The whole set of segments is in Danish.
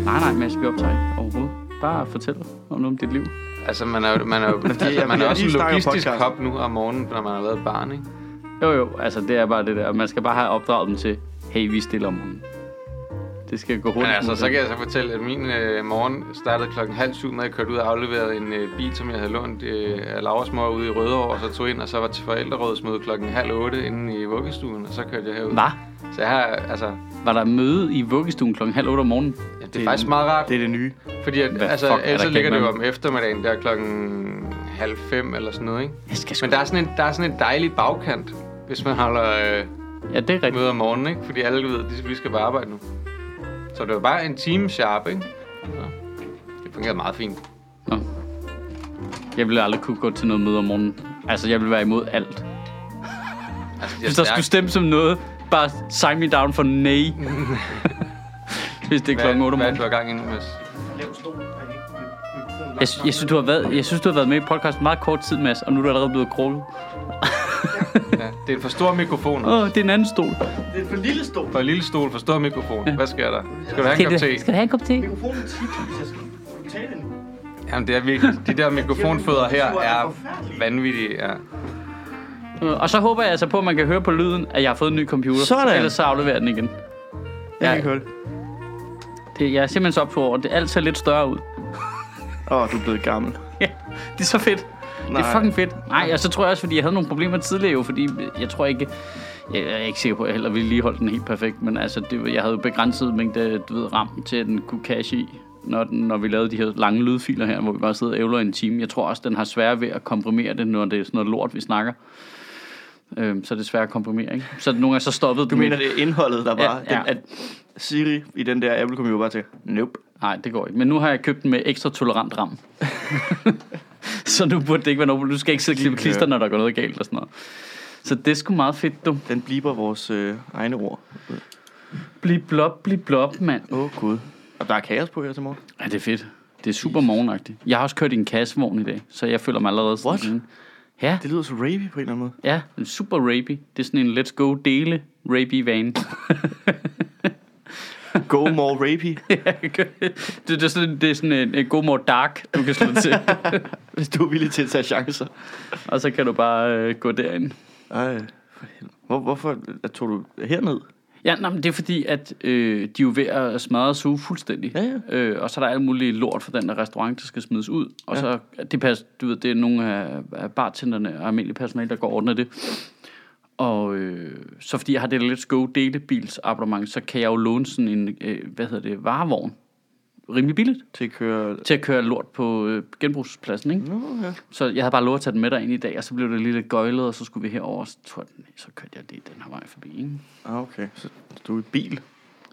vi optager overhovedet. Bare fortæl om noget om dit liv. Altså, man er jo, man er jo, Ja, man vi er har også en lige snakket om logistisk podcasten. hop nu om morgenen, når man har været et barn, ikke? Jo jo, altså det er bare det der. Man skal bare have opdraget dem til, hey, vi stiller om hunden. Det skal gå hurtigt. Men altså, så kan jeg så fortælle, at min øh, morgen startede klokken halv syv med, at jeg kørte ud og afleverede en øh, bil, som jeg havde lånt øh, af Lauras mor ude i Rødovre, og så tog ind, og så var til forældrerådsmøde klokken halv otte inde i vuggestuen, og så kørte jeg herud. Hva? Så jeg har, altså, Var der møde i vuggestuen klokken halv otte om morgenen? ja, det er Det- faktisk meget rart, Det er det nye. fordi at, Hvad altså, fuck er ellers der så ligger det galt jo med om eftermiddagen, der er klokken halv fem eller sådan noget, ikke? Jeg skal sgu... Men der er sådan en, der er sådan en dejlig bagkant, hvis man holder... Øh, Ja, det er rigtigt. møde om morgenen, ikke? Fordi alle ved, at vi skal bare arbejde nu. Så det var bare en time sharp, ikke? Så det fungerede meget fint. Altså, Nå. Jeg ville aldrig kunne gå til noget møde om morgenen. Altså, jeg ville være imod alt. Altså, Hvis der skulle stemme som noget, bare sign me down for nej. Hvis det er klokken 8 om Hvad er morgenen. det, du har gang i nu, Mads? Jeg, sy- jeg, synes, du har været, jeg synes, du har været med i podcast meget kort tid, Mads, og nu er du allerede blevet krullet. Ja, det er en for stor mikrofon Åh, også. oh, det er en anden stol. Det er for lille stol. For en lille stol, for stor mikrofon. Hvad sker der? Skal du have en Skal, kop det, te? skal du have en kop te? Mikrofonen tit, hvis jeg skal tale nu. Jamen, det er virkelig. De der mikrofonfødder her Det er er forfærdeligt. vanvittige. Ja. Øh, Og så håber jeg altså på, at man kan høre på lyden, at jeg har fået en ny computer. Sådan. Ellers så afleverer jeg den igen. Jeg Ja. kan ikke høre det. Det, jeg er simpelthen så optur over, at det alt ser lidt større ud. Åh, oh, du er blevet gammel. Ja, det er så fedt. Nej. Det er Nej. fucking fedt. Nej, og så tror jeg også, fordi jeg havde nogle problemer tidligere jo, fordi jeg tror ikke... Jeg er ikke sikker på, at jeg heller ville lige holde den helt perfekt, men altså, det, var- jeg havde jo begrænset mængde, du ved, ram til, at den kunne cache i, når, den, når vi lavede de her lange lydfiler her, hvor vi bare sidder og ævler i en time. Jeg tror også, den har svært ved at komprimere det, når det er sådan noget lort, vi snakker. Øhm, så er det svært at komprimere, ikke? Så nogle gange så stoppede Du den mener, det er indholdet, der var... Ja, ja. Den, at Siri i den der Apple computer bare til, nope. Nej, det går ikke. Men nu har jeg købt den med ekstra tolerant ram. så nu burde det ikke være noget. problem. Du skal ikke sidde og klippe klister, når der går noget galt og sådan noget. Så det er sgu meget fedt, du. Den bliver vores øh, egne ord. Bli blop, bli blop, mand. Åh, oh, gud. Og der er kaos på her til morgen. Ja, det er fedt. Det er super morgenagtigt. Jeg har også kørt i en kassevogn i dag, så jeg føler mig allerede sådan... What? en- Ja, Det lyder så rapey på en eller anden måde. ja, en super rapey. Det er sådan en let's go dele rapey vane. Go more rapey, det, det, er sådan, det er sådan en, en god mor dark, du kan slå til. hvis du er villig til at tage chancer. og så kan du bare øh, gå derind. Ej, for helvede. Hvor, hvorfor tog du herned? Ja, nej, men det er fordi, at øh, de er jo ved at smadre suge fuldstændig. Ja, Øh, og så er der alt muligt lort for den der restaurant, der skal smides ud. Og ja. så, det passer, du ved, det er nogle af, af bartenderne og almindelige personale, der går og ordner det. Og øh, så fordi jeg har det der lidt go delebils abonnement, så kan jeg jo låne sådan en, øh, hvad hedder det, varevogn. Rimelig billigt. Til at køre... Til at køre lort på øh, genbrugspladsen, ikke? Nå, ja. Så jeg havde bare lov at tage den med derind i dag, og så blev det lige lidt gøjlet, og så skulle vi herover, og så, tog jeg den, så kørte jeg lige den her vej forbi, ikke? Ah, okay. Så du er i bil?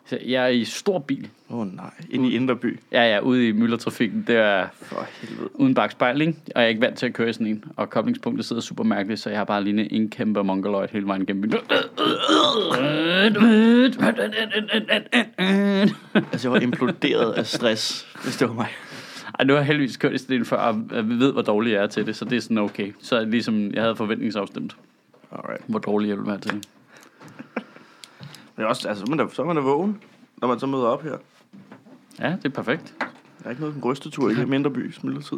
Så jeg er i stor bil, Åh oh, nej, ind i Indre By. Ja, ja, ude i myldretrafikken, det er For helvede. uden bagspejl, ikke? Og jeg er ikke vant til at køre i sådan en. Og koblingspunktet sidder super mærkeligt, så jeg har bare lignet en kæmpe mongoloid hele vejen gennem byen. Altså, jeg var imploderet af stress, hvis det var mig. Ej, nu har jeg heldigvis kørt i sådan en før, og jeg ved, hvor dårlig jeg er til det, så det er sådan okay. Så er det ligesom, jeg havde forventningsafstemt, Alriht. hvor dårlig jeg ville være til det. Men også, altså, så er man da- så er man da vågen, når man så møder op her. Ja, det er perfekt. Der er ikke noget rystetur i Mindre By, midlertid.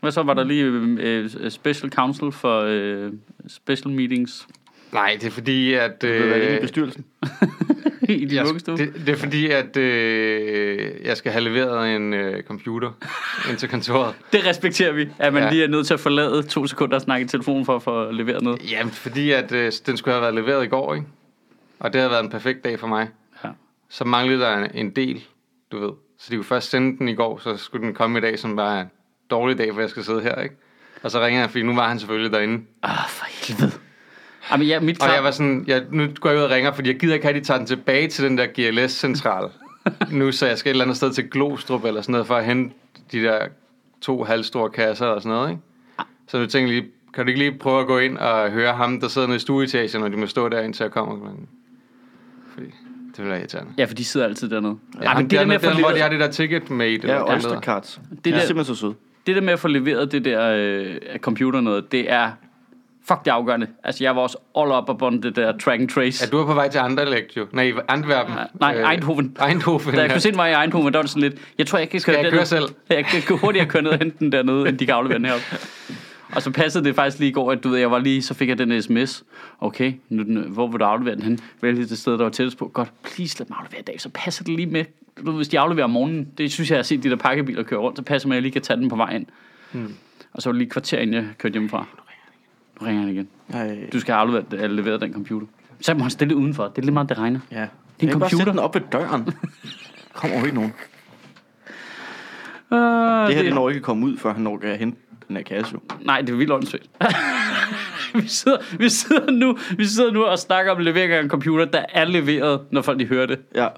Hvad så var der lige øh, øh, special council for øh, special meetings Nej, det er fordi, at... Det er inde i Øh, bestyrelsen. i din jeg, vuggestue? det, det er fordi, at øh, jeg skal have leveret en øh, computer ind til kontoret. Det respekterer vi, at man ja. Ja. lige er nødt til at forlade to sekunder og snakke i telefonen for, for at levere noget. Jamen, fordi at øh, den skulle have været leveret i går, ikke? Og det havde været en perfekt dag for mig. Ja. Så manglede der en, en del, du ved. Så de kunne først sende den i går, så skulle den komme i dag, som bare er en dårlig dag, for jeg skal sidde her, ikke? Og så ringer jeg, fordi nu var han selvfølgelig derinde. Ah, for helvede. Jamen, ja, mit Og klar... jeg var sådan, jeg, nu går jeg ud og ringer, fordi jeg gider ikke have, at de tager den tilbage til den der GLS-central. nu, så jeg skal et eller andet sted til Glostrup eller sådan noget, for at hente de der to halvstore kasser og sådan noget, ikke? Så nu tænkte jeg lige, kan du ikke lige prøve at gå ind og høre ham, der sidder nede i stueetagen, og de må stå der, indtil jeg kommer klokken? Fordi det ville være irriterende. Ja, for de sidder altid dernede. Ja, Ja, Jamen, men det, der med med, at få der, hvor de har leveret, det der ticket med i det. Ja, der billeder. Oystercards. Det der- er simpelthen så sødt. det der med at få leveret det der øh, computer noget, det er fuck det er afgørende. Altså, jeg var også all up upon det der track and trace. Ja, du er på vej til Anderlecht jo. Nej, Antwerpen. Øh, Nej, Eindhoven. Eindhoven, Da jeg ja. kunne se den var i Eindhoven, der var det sådan lidt, jeg tror, jeg kan køre Skal jeg derned. køre selv? Jeg kan kan hurtigere køre ned og hente den dernede, end de kan aflevere den heroppe. Og så passede det faktisk lige i går, at du ved, jeg var lige, så fik jeg den sms. Okay, nu, den, hvor vil du aflevere den hen? Vælg det sted, der var tættest på. Godt, please lad mig aflevere i dag, så passer det lige med. Du ved, hvis de afleverer om morgenen, det synes jeg, jeg har set de der pakkebiler køre rundt, så passer det med, at jeg lige kan tage den på vejen. Mm. Hmm. Og så var det lige et kvarter, inden jeg kørte hjemmefra. Nu ringer han igen. Nej. Du skal aflevere eller levere den computer. Så må han stille udenfor. Det er lige meget, det regner. Ja. Din Din jeg computer. Bare computer. sætte den op ved døren. Kom over ikke nogen. Uh, Det her det når ikke at komme ud, før han når at hente den her kasse. jo. Nej, det er vildt åndssvagt. vi, sidder, vi, sidder nu, vi sidder nu og snakker om levering af en computer, der er leveret, når folk de hører det. Ja.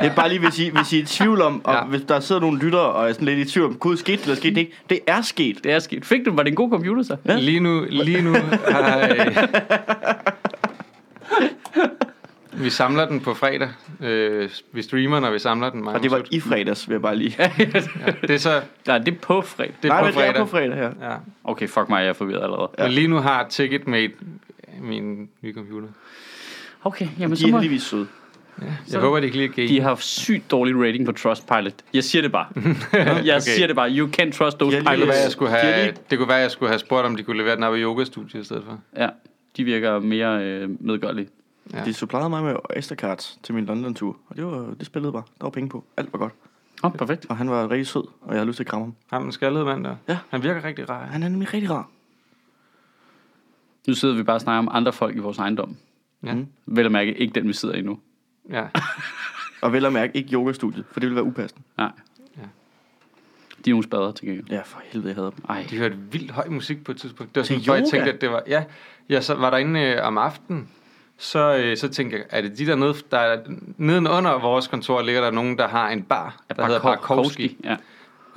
Det er bare lige, hvis I, hvis I er i tvivl om, og Ja. ja. hvis der sidder nogle lyttere og er sådan lidt i tvivl om, gud, skete det eller skete det ikke? Det er sket. Det er sket. Fik du, var det en god computer så? Ja. Lige nu, lige nu. Ej. Vi samler den på fredag. Øh, vi streamer, når vi samler den. Og det var i fredags, vil jeg bare lige. Ja, det er så Nej, det er på fredag. det er Nej, på men det fredag. er på fredag her. Ja. Okay, fuck mig, jeg er forvirret allerede. Men lige nu har Ticketmate min nye computer. Okay, jamen De så er må... heldigvis søde. Jeg håber, det ikke lige er gay. De har haft sygt dårlig rating på Trustpilot. Jeg siger det bare. Jeg okay. siger det bare. You can't trust those Ja, Det lige- kunne, være, jeg pilots. skulle De har have, lige- det kunne være, jeg skulle have spurgt, om de kunne levere den op i yogastudiet i stedet for. Ja, de virker mere øh, medgørlige. Ja. De supplerede mig med Oystercards til min London-tur, og det, var, det spillede bare. Der var penge på. Alt var godt. Åh, oh, perfekt. Og han var rigtig sød, og jeg havde lyst til at kramme ham. Ham den skaldede mand der. Ja. Han virker rigtig rar. Han er nemlig rigtig rar. Nu sidder vi bare og snakker om andre folk i vores ejendom. Ja. Mm. Vel at mærke, ikke den, vi sidder i nu. ja. Og vel at mærke ikke yogastudiet, for det ville være upassende. Nej. Ja. De er nogle spadere til gengæld. Ja, for helvede, jeg havde dem. Ej. De hørte vildt høj musik på et tidspunkt. Det var sådan, Til hvor jeg yoga? tænkte, at det var... Ja, jeg så var derinde øh, om aftenen, så, øh, så tænkte jeg, er det de der nede, der er, nedenunder vores kontor ligger der nogen, der har en bar, der hedder Barkowski. Ja.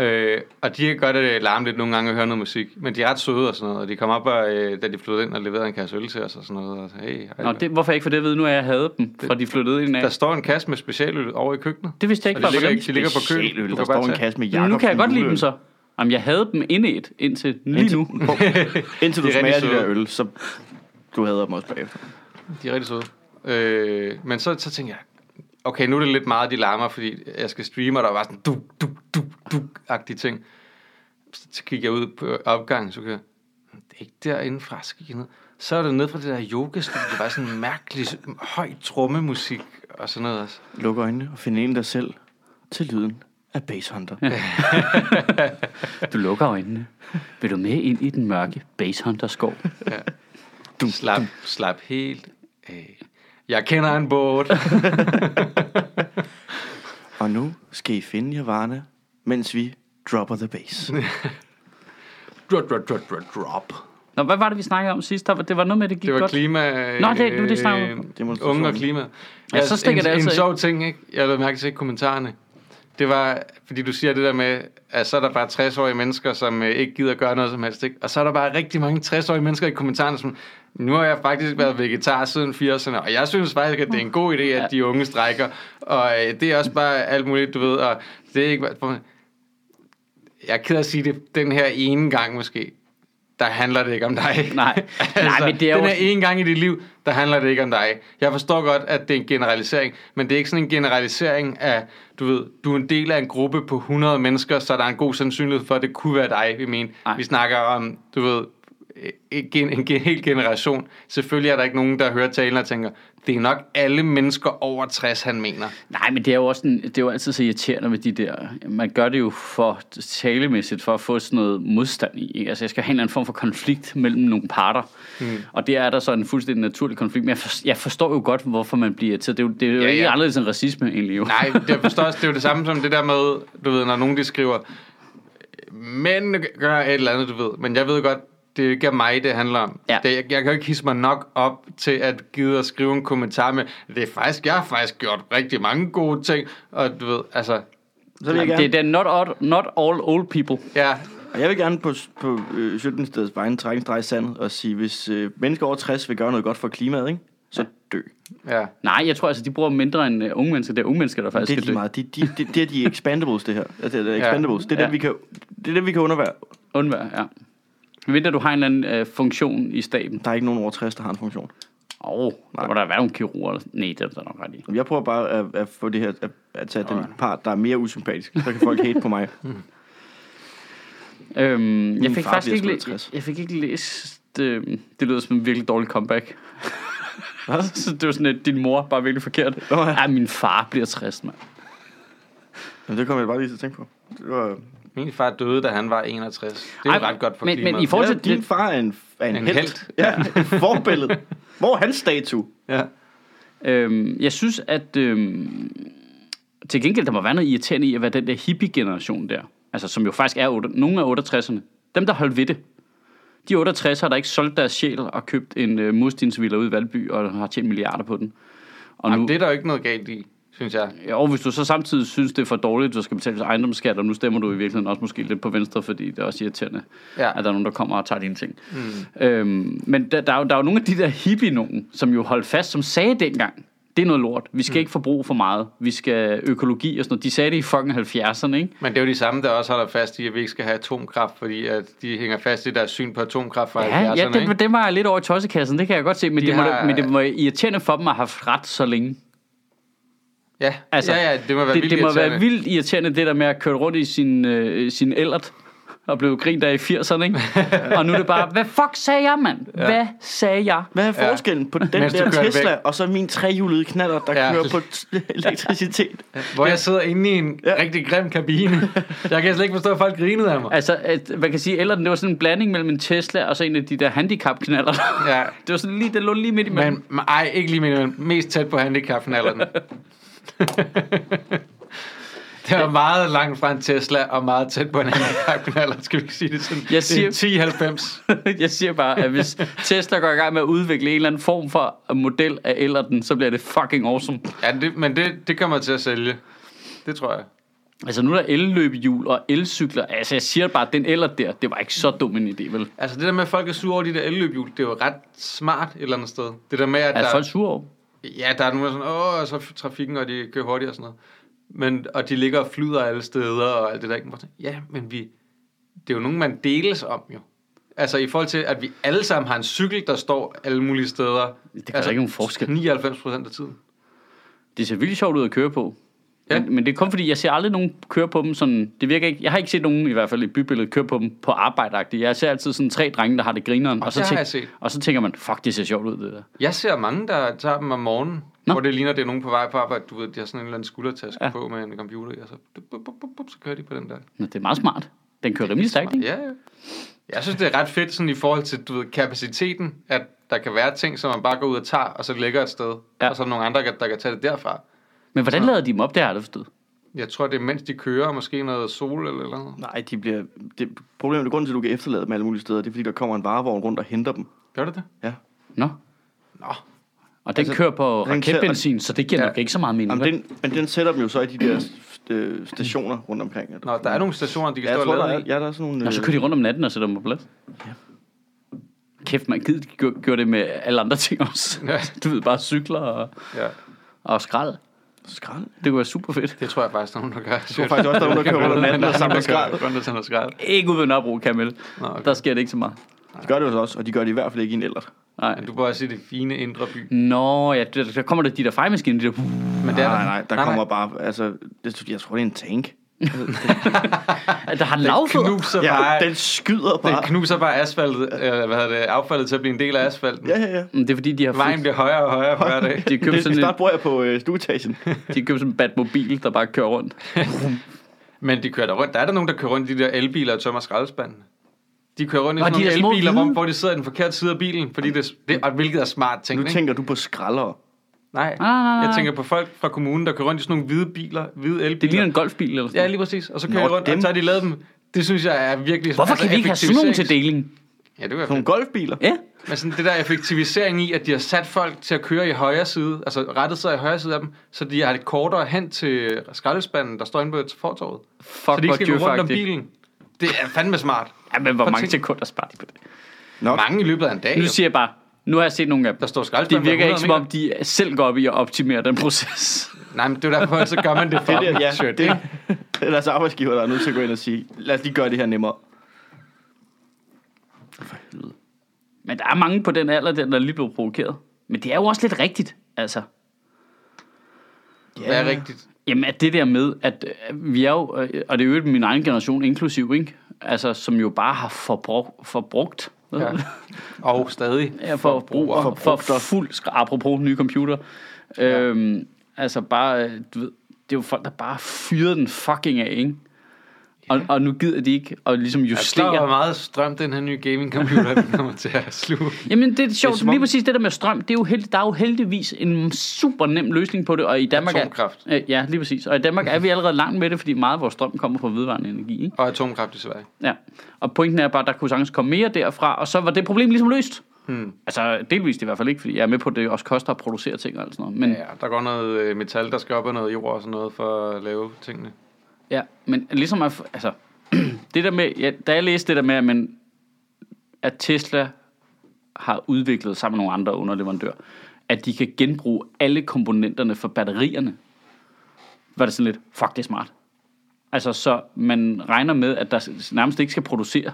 Øh, og de kan godt øh, larme lidt nogle gange og høre noget musik, men de er ret søde og sådan noget, og de kom op, og, øh, da de flyttede ind og leverede en kasse øl til os og sådan noget, og så, hey, hej, Nå, det, hvorfor jeg ikke for det ved nu, at jeg havde dem, fra de flyttede ind af. der står en kasse med specialøl over i køkkenet. Det vidste jeg og ikke de var ligger, hvordan. ikke- de ligger på køl. Specialøl, Du der kan bare står en tage. kasse med Men Jacob. nu kan jeg godt lide dem så. Jamen, jeg havde dem inde et, indtil lige nu. Indtil du Det er smager rigtig de der søde. øl, så du hader dem også bagefter. De er rigtig søde. Øh, men så, så tænkte jeg, okay, nu er det lidt meget, de larmer, fordi jeg skal streame, og der var sådan du, du, du, du agtige ting. Så, så kigger jeg ud på opgangen, så kan jeg, det er ikke derinde fra, så gik jeg ned. Så er det ned fra det der yogastudie, det var sådan en mærkelig høj trummemusik og sådan noget også. Luk øjnene og find en dig selv til lyden af Basehunter. Du lukker øjnene. Vil du med ind i den mørke basehunterskov? Du, slap, slap helt af. Jeg kender en båd. og nu skal I finde jer varerne, mens vi dropper the bass. Drop, drop, drop, drop, drop. Nå, hvad var det, vi snakkede om sidst? Der var- Det var noget med, at det gik Det var godt. klima... Nå, det- det var det, jeg snakkede om. Øh, unge og klima. Ja, så stikker en, det altså En ikke. sjov ting, ikke? Jeg lavede mærke til i kommentarerne. Det var, fordi du siger det der med, at så er der bare 60-årige mennesker, som øh, ikke gider gøre noget som helst, ikke? Og så er der bare rigtig mange 60-årige mennesker i kommentarerne, som... Nu har jeg faktisk været vegetar siden 80'erne, og jeg synes faktisk, at det er en god idé, at de unge strækker. Og øh, det er også bare alt muligt, du ved, og det er ikke... Jeg er ked af at sige det den her ene gang måske, der handler det ikke om dig. Altså, Nej. Nej, men det er den jo- her ene gang i dit liv, der handler det ikke om dig. Jeg forstår godt, at det er en generalisering, men det er ikke sådan en generalisering af, du ved, du er en del af en gruppe på 100 mennesker, så der er en god sandsynlighed for, at det kunne være dig, vi mener. Nej. Vi snakker om, du ved, en, gen- en, gen- hel generation. Selvfølgelig er der ikke nogen, der hører talen og tænker, det er nok alle mennesker over 60, han mener. Nej, men det er jo også en, det er jo altid så irriterende med de der... Man gør det jo for talemæssigt for at få sådan noget modstand i. Ikke? Altså, jeg skal have en eller anden form for konflikt mellem nogle parter. Mm. Og det er der så en fuldstændig naturlig konflikt. Men jeg, for, jeg forstår jo godt, hvorfor man bliver irriteret. Det er jo, det er jo Ja, ja, ja. ja. ikke anderledes end racisme, egentlig. Jo. Nej, det, jeg forstår også, det er jo det samme som det der med, du ved, når nogen de skriver, men gør et eller andet, du ved. Men jeg ved godt, det er ikke er mig, det handler om. Ja. Det, jeg, jeg kan jo ikke hisse mig nok op til at gide at skrive en kommentar med, det er faktisk, jeg har faktisk gjort rigtig mange gode ting, og du ved, altså, Så vil jeg det, gerne, det er not all, not all old people. ja, og jeg vil gerne på, på øh, Sjøttenstedets vegne trække en streg i sandet og sige, hvis øh, mennesker over 60 vil gøre noget godt for klimaet, ikke? så dø. ja. Nej, jeg tror altså, de bruger mindre end uh, unge mennesker. Det er unge mennesker, der faktisk Det er skal lige dø. meget. Det de, de, de er de expandables, det her. Altså, det er Ja. expandables. Det er Ja. dem, vi kan, det er dem, vi kan undervære. Undvær, ja. Ved at du har en eller anden øh, funktion i staben. Der er ikke nogen over 60, der har en funktion. Åh, oh, der må der være nogle kirurger. eller- Nej, det er der nok ret i. Jeg prøver bare at, at få det her, at, at tage den part, der er mere usympatisk. Så kan folk hate på mig. Øhm, jeg, fik far faktisk bliver ikke, sgu læ- 60. jeg fik ikke læst... Øh, det lyder som en virkelig dårlig comeback. så det var sådan, at din mor bare virkelig forkert. Nå ja. Ja, min far bliver 60, mand. Jamen, det kommer jeg bare lige til at tænke på. Det var, Min far døde, da han var 61. Det er jo Ej, ret godt for men- men klimaet. i forhold- ja, Fortsæt. din far er en, er en, En held. helt. Ja, en forbillede. Hvor er hans statue? Ja. Øhm, jeg synes, at øhm, til gengæld, der må være noget irriterende i at være den der hippie-generation der. Altså, som jo faktisk er otte, nogle af 68'erne. Dem, der holdt ved det. De 68'ere, der ikke solgte deres sjæl og købt en øh, murstensvilla ude i Valby og har tjent milliarder på den. Og nu, Jamen, det er der jo ikke noget galt i, synes jeg. og hvis du så samtidig synes, det er for dårligt, du skal betale ejendomsskat, og nu stemmer du i virkeligheden også måske lidt på venstre, fordi det er også irriterende, Ja. at der er nogen, der kommer og tager dine ting. Mm. Øhm, men der, der, er jo, der er jo nogle af de der hippie nogen, som jo holdt fast, som sagde dengang, det er noget lort, vi skal mm. ikke forbruge for meget, vi skal økologi og sådan noget. De sagde det i fucking 70'erne, ikke? Men det er jo de samme, der også holder fast i, at vi ikke skal have atomkraft, fordi at de hænger fast i deres syn på atomkraft fra Ja, 70'erne. ja ikke? det, det var lidt over i tossekassen, det kan jeg godt se, men, De det, må, da- har- men det må være irriterende for dem at have haft ret så længe. Ja, Altså, altså, ja, ja, det må være det, vildt det må være irriterende. vildt irriterende, det der med at køre rundt i sin, øh, sin ellert og blev grint af i 80'erne, ikke? og nu er det bare, hvad fuck sagde jeg, mand? Ja. Hvad sagde jeg? Hvad er forskellen på den Mens du der kører Tesla, væk. og så min trehjulede knaller, der Ja. kører på t- elektricitet? Hvor jeg sidder inde i en ja. rigtig grim kabine. Jeg kan slet ikke forstå, at folk grinede af mig. Altså, at, man kan sige, ellerten, det var sådan en blanding mellem en Tesla og så en af de der handicapknaller. Ja. Det var sådan lige, det lå lige midt imellem. Men, men ej, ikke lige min, men mest tæt på handicappen alderen. Det var meget langt fra en Tesla, og meget tæt på en handicappen alder, skal vi ikke sige det sådan. Jeg siger- Det er 10-90. Jeg siger bare, at hvis Tesla går i gang med at udvikle en eller anden form for model af ellerten, så bliver det fucking awesome. Ja, det, men det, det kommer til at sælge. Det tror jeg. Altså, nu er der elløbehjul og elcykler. Altså, jeg siger bare, at den eller der, det var ikke så dum en idé, vel? Altså det der med, at folk er sure over de der elløbhjul, det er jo ret smart et eller andet sted. Det der med, at Er der, Altså, folk sure over? ja, der er nogen, der er sådan, åh, og så er trafikken, og de kører hurtigt og sådan noget. Men, og de ligger og flyder alle steder og alt det der. ikke? Hvor jeg tænker, Ja, men vi, det er jo nogen, man deles om jo. Altså i forhold til, at vi alle sammen har en cykel, der står alle mulige steder. Det gør altså, ikke nogen forskel. 99 procent af tiden. Det ser vildt sjovt ud at køre på. Ja. Ja. Men, men det er kun fordi, jeg ser aldrig nogen køre på dem sådan... Det virker ikke... Jeg har ikke set nogen, i hvert fald i bybilledet, køre på dem på arbejdeagtigt. Jeg ser altid sådan tre drenge, der har det grineren. Og, så, det har tænk, jeg set. og så tænker man, fuck, det ser sjovt ud, det der. Jeg ser mange, der tager dem om morgenen, Nå. Nå. hvor det ligner, det er nogen på vej på arbejde. Du ved, de har sådan en eller anden skuldertaske Ja. ja. på med en computer, i, og så, bup, bup, bup, bup, så kører de på den der. Nå, det er meget smart. Den kører rimelig stærkt, ikke? Ja, ja. Jeg synes, det er ret fedt sådan, i forhold til du ved, kapaciteten, at der kan være ting, som man bare går ud og tager, og så ligger et sted, Ja. ja. og så er der nogle andre, der kan tage det derfra. Men hvordan lader de dem op, det har jeg aldrig forstået. Jeg tror, det er mens de kører, måske noget sol eller eller andet. Nej, de bliver... Det, problemet er grunden til, at du kan efterlade dem alle mulige steder, det er, fordi der kommer en varevogn rundt og henter dem. Gør det det? Ja. Nå. Nå. Og den altså, kører på den kører- raketbenzin, så det giver ja. Ja. nok ikke så meget mening. Jamen, vel? den, men den sætter dem jo så i de der øh, stationer rundt omkring. Nå, der er nogle stationer, de kan ja, stå jeg og tror, der lade er, i. ja, der er sådan nogle... Nå, så kører de rundt om natten og sætter dem på plads. Ja. Kæft, man gider de gør, gør det med alle andre ting også. Ja. Du ved, bare cykler og, Ja. og skrald. øh, Skrald. Det kunne være super fedt. Det tror jeg faktisk, der er nogen, der gør. Jeg tror faktisk også, der er nogen, der kører rundt om natten og samler skrald. Rundt og samler skrald. Ikke ude ved Nørrebro, Kamel. Nå, okay. Der sker det ikke så meget. De gør det jo så også, og de gør det i hvert fald ikke i en ellert. Nej. Men du bor også i det fine indre by. Nå, ja, der, der kommer der de der fejmaskiner, de der... uh, Men det er Nej, nej, der kommer bare... Altså, det, jeg tror, det er en tank. Ah, Der har lavfødder. Knuser bare, Ja, den, den skyder bare. den knuser bare asfaltet, eller hvad hedder det, affaldet til at blive en del af asfalten. Ja, ja, ja. Men Det er fordi, de har Vejen fået, bliver højere og højere for hver dag. de har købt Det, sådan snart en, bor jeg på øh, stueetagen. de har købt sådan en Batmobil, der bare kører rundt. Men de kører der rundt. Der er der nogen, der kører rundt i de der elbiler og tømmer skraldespanden. De kører rundt i Og sådan de nogle der små elbiler, hvor, hvide. hvor de sidder i den forkerte side af bilen, fordi det, det og hvilket er smart ting, Nu ikke? tænker du på skraldere. Nej, Ah, nej, nej, nej. jeg tænker på folk fra kommunen, der kører rundt i sådan nogle hvide biler, hvide elbiler. Det ligner en golfbil eller sådan Ja, noget. lige præcis. Og så kører Nå, de rundt, dem. og så har de lavet dem. Det synes jeg er virkelig... Hvorfor kan vi ikke have sådan nogle til effektiviserings- deling? Ja, det var Nogle golfbiler. Ja, Men sådan det der effektivisering i, at de har sat folk til at køre i højre side, altså rettet sig i højre side af dem, så de har lidt kortere hen til skraldespanden, der står inde på fortorvet. fuck, så de ikke hvor skal gå rundt om dyrfagtigt. bilen. Det er fandme smart. Ja, men hvor Prøv at mange tænke- sekunder sparer de på det? Nå, Mange i løbet af en dag. Nu jo. siger jeg bare, nu har jeg set nogle af dem. Der står Det skraldespand. virker på ikke 100 som om, meter. de selv går op i at optimere den proces. Nej, men det er jo derfor, så gør man det for det dem. der, ja, Shit, det, ikke? det er deres arbejdsgiver, der er nødt til at gå ind og sige, lad os lige gøre det her nemmere. der er mange på den alder, der, der er lige blevet provokeret. Men det er jo også lidt rigtigt, altså. Ja. Hvad er rigtigt? Jamen, at det der med, at øh, vi er jo, øh, og det er jo min egen generation inklusiv, ikke? Altså, som jo bare har forbrug, forbrugt. Ja. Og stadig. Ja, for, for, for, for, for fuld skrald, apropos nye computer. Ja. Øhm, altså bare, øh, du ved, det er jo folk, der bare fyrer den fucking af, ikke? Og, og nu gider de ikke at ligesom Forstår, justere. hvor meget strøm den her nye gaming-computer vi kommer til at sluge. Jamen det er sjovt, Det det er som er lige om- præcis det der med strøm, det er jo held, der er jo heldigvis en super nem løsning på det, og i Danmark Atomkraft. Er, øh, ja, lige præcis. Og i Danmark er vi allerede langt med det, fordi meget af vores strøm kommer fra vedvarende energi. Ikke? Og atomkraft i Sverige. Ja. Og pointen er bare, at der kunne sagtens komme mere derfra, og så var det problem ligesom løst. Hmm. Altså delvist i hvert fald ikke, fordi jeg er med på, at det også koster at producere ting og alt sådan noget. Men, ja. Ja, der går noget øh, metal, der skal op og noget jord og sådan noget for at lave tingene. Ja, men ligesom at, altså, det der med, ja, da jeg læste det der med, at, man, at Tesla har udviklet sammen med nogle andre underleverandører, at de kan genbruge alle komponenterne for batterierne, var det sådan lidt, fuck, det er smart. Altså, så man regner med, at der nærmest ikke skal producere,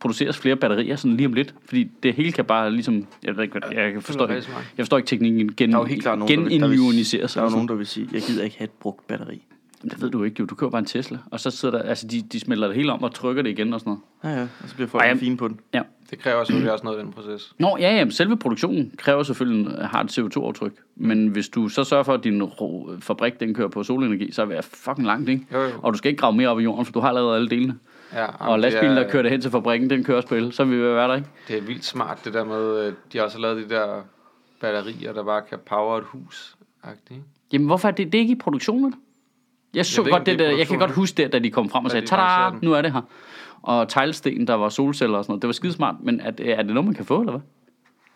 produceres flere batterier sådan lige om lidt, fordi det hele kan bare ligesom, jeg ved ikke, hvad, jeg forstår rigtig ikke, jeg smart. forstår ikke teknikken gen, Der er jo helt klart nogen, der vil- der, vil, genimmuniseres. der, er jo nogen, der vil sige, jeg gider ikke have et brugt batteri. Jamen, det ved du ikke jo. Du køber bare en Tesla, og så sidder der, altså de, de smelter det hele om og trykker det igen og sådan noget. Ja, ja, og så bliver folk Ej, fine på den. Ja. Det kræver selvfølgelig også noget af den proces. Nå, ja, ja, men selve produktionen kræver selvfølgelig, en- har et CO2-aftryk. Men Mm. hvis du så sørger for, at din ro- fabrik, den kører på solenergi, så er det fucking langt, ikke? Jo, jo. Og du skal ikke grave mere op i jorden, for du har allerede alle delene. Ja, og jamen, lastbilen, det der kører det hen til fabrikken, den kører også på el. Så er vi ved at være der, ikke? Det er vildt smart, det der med, øh, de har også lavet de der batterier, der bare kan power et hus. Agtigt. Jamen, hvorfor er det, det er ikke i produktionen? Jeg, så Jeg ved godt ikke, om det det er der, jeg kan produktionen. godt huske der, da de kom frem og Da sagde, de lancerede tada, den." nu er det her. Og teglsten, der var solceller og sådan noget. Det var skidesmart, men er det, er det noget, man kan få, eller hvad?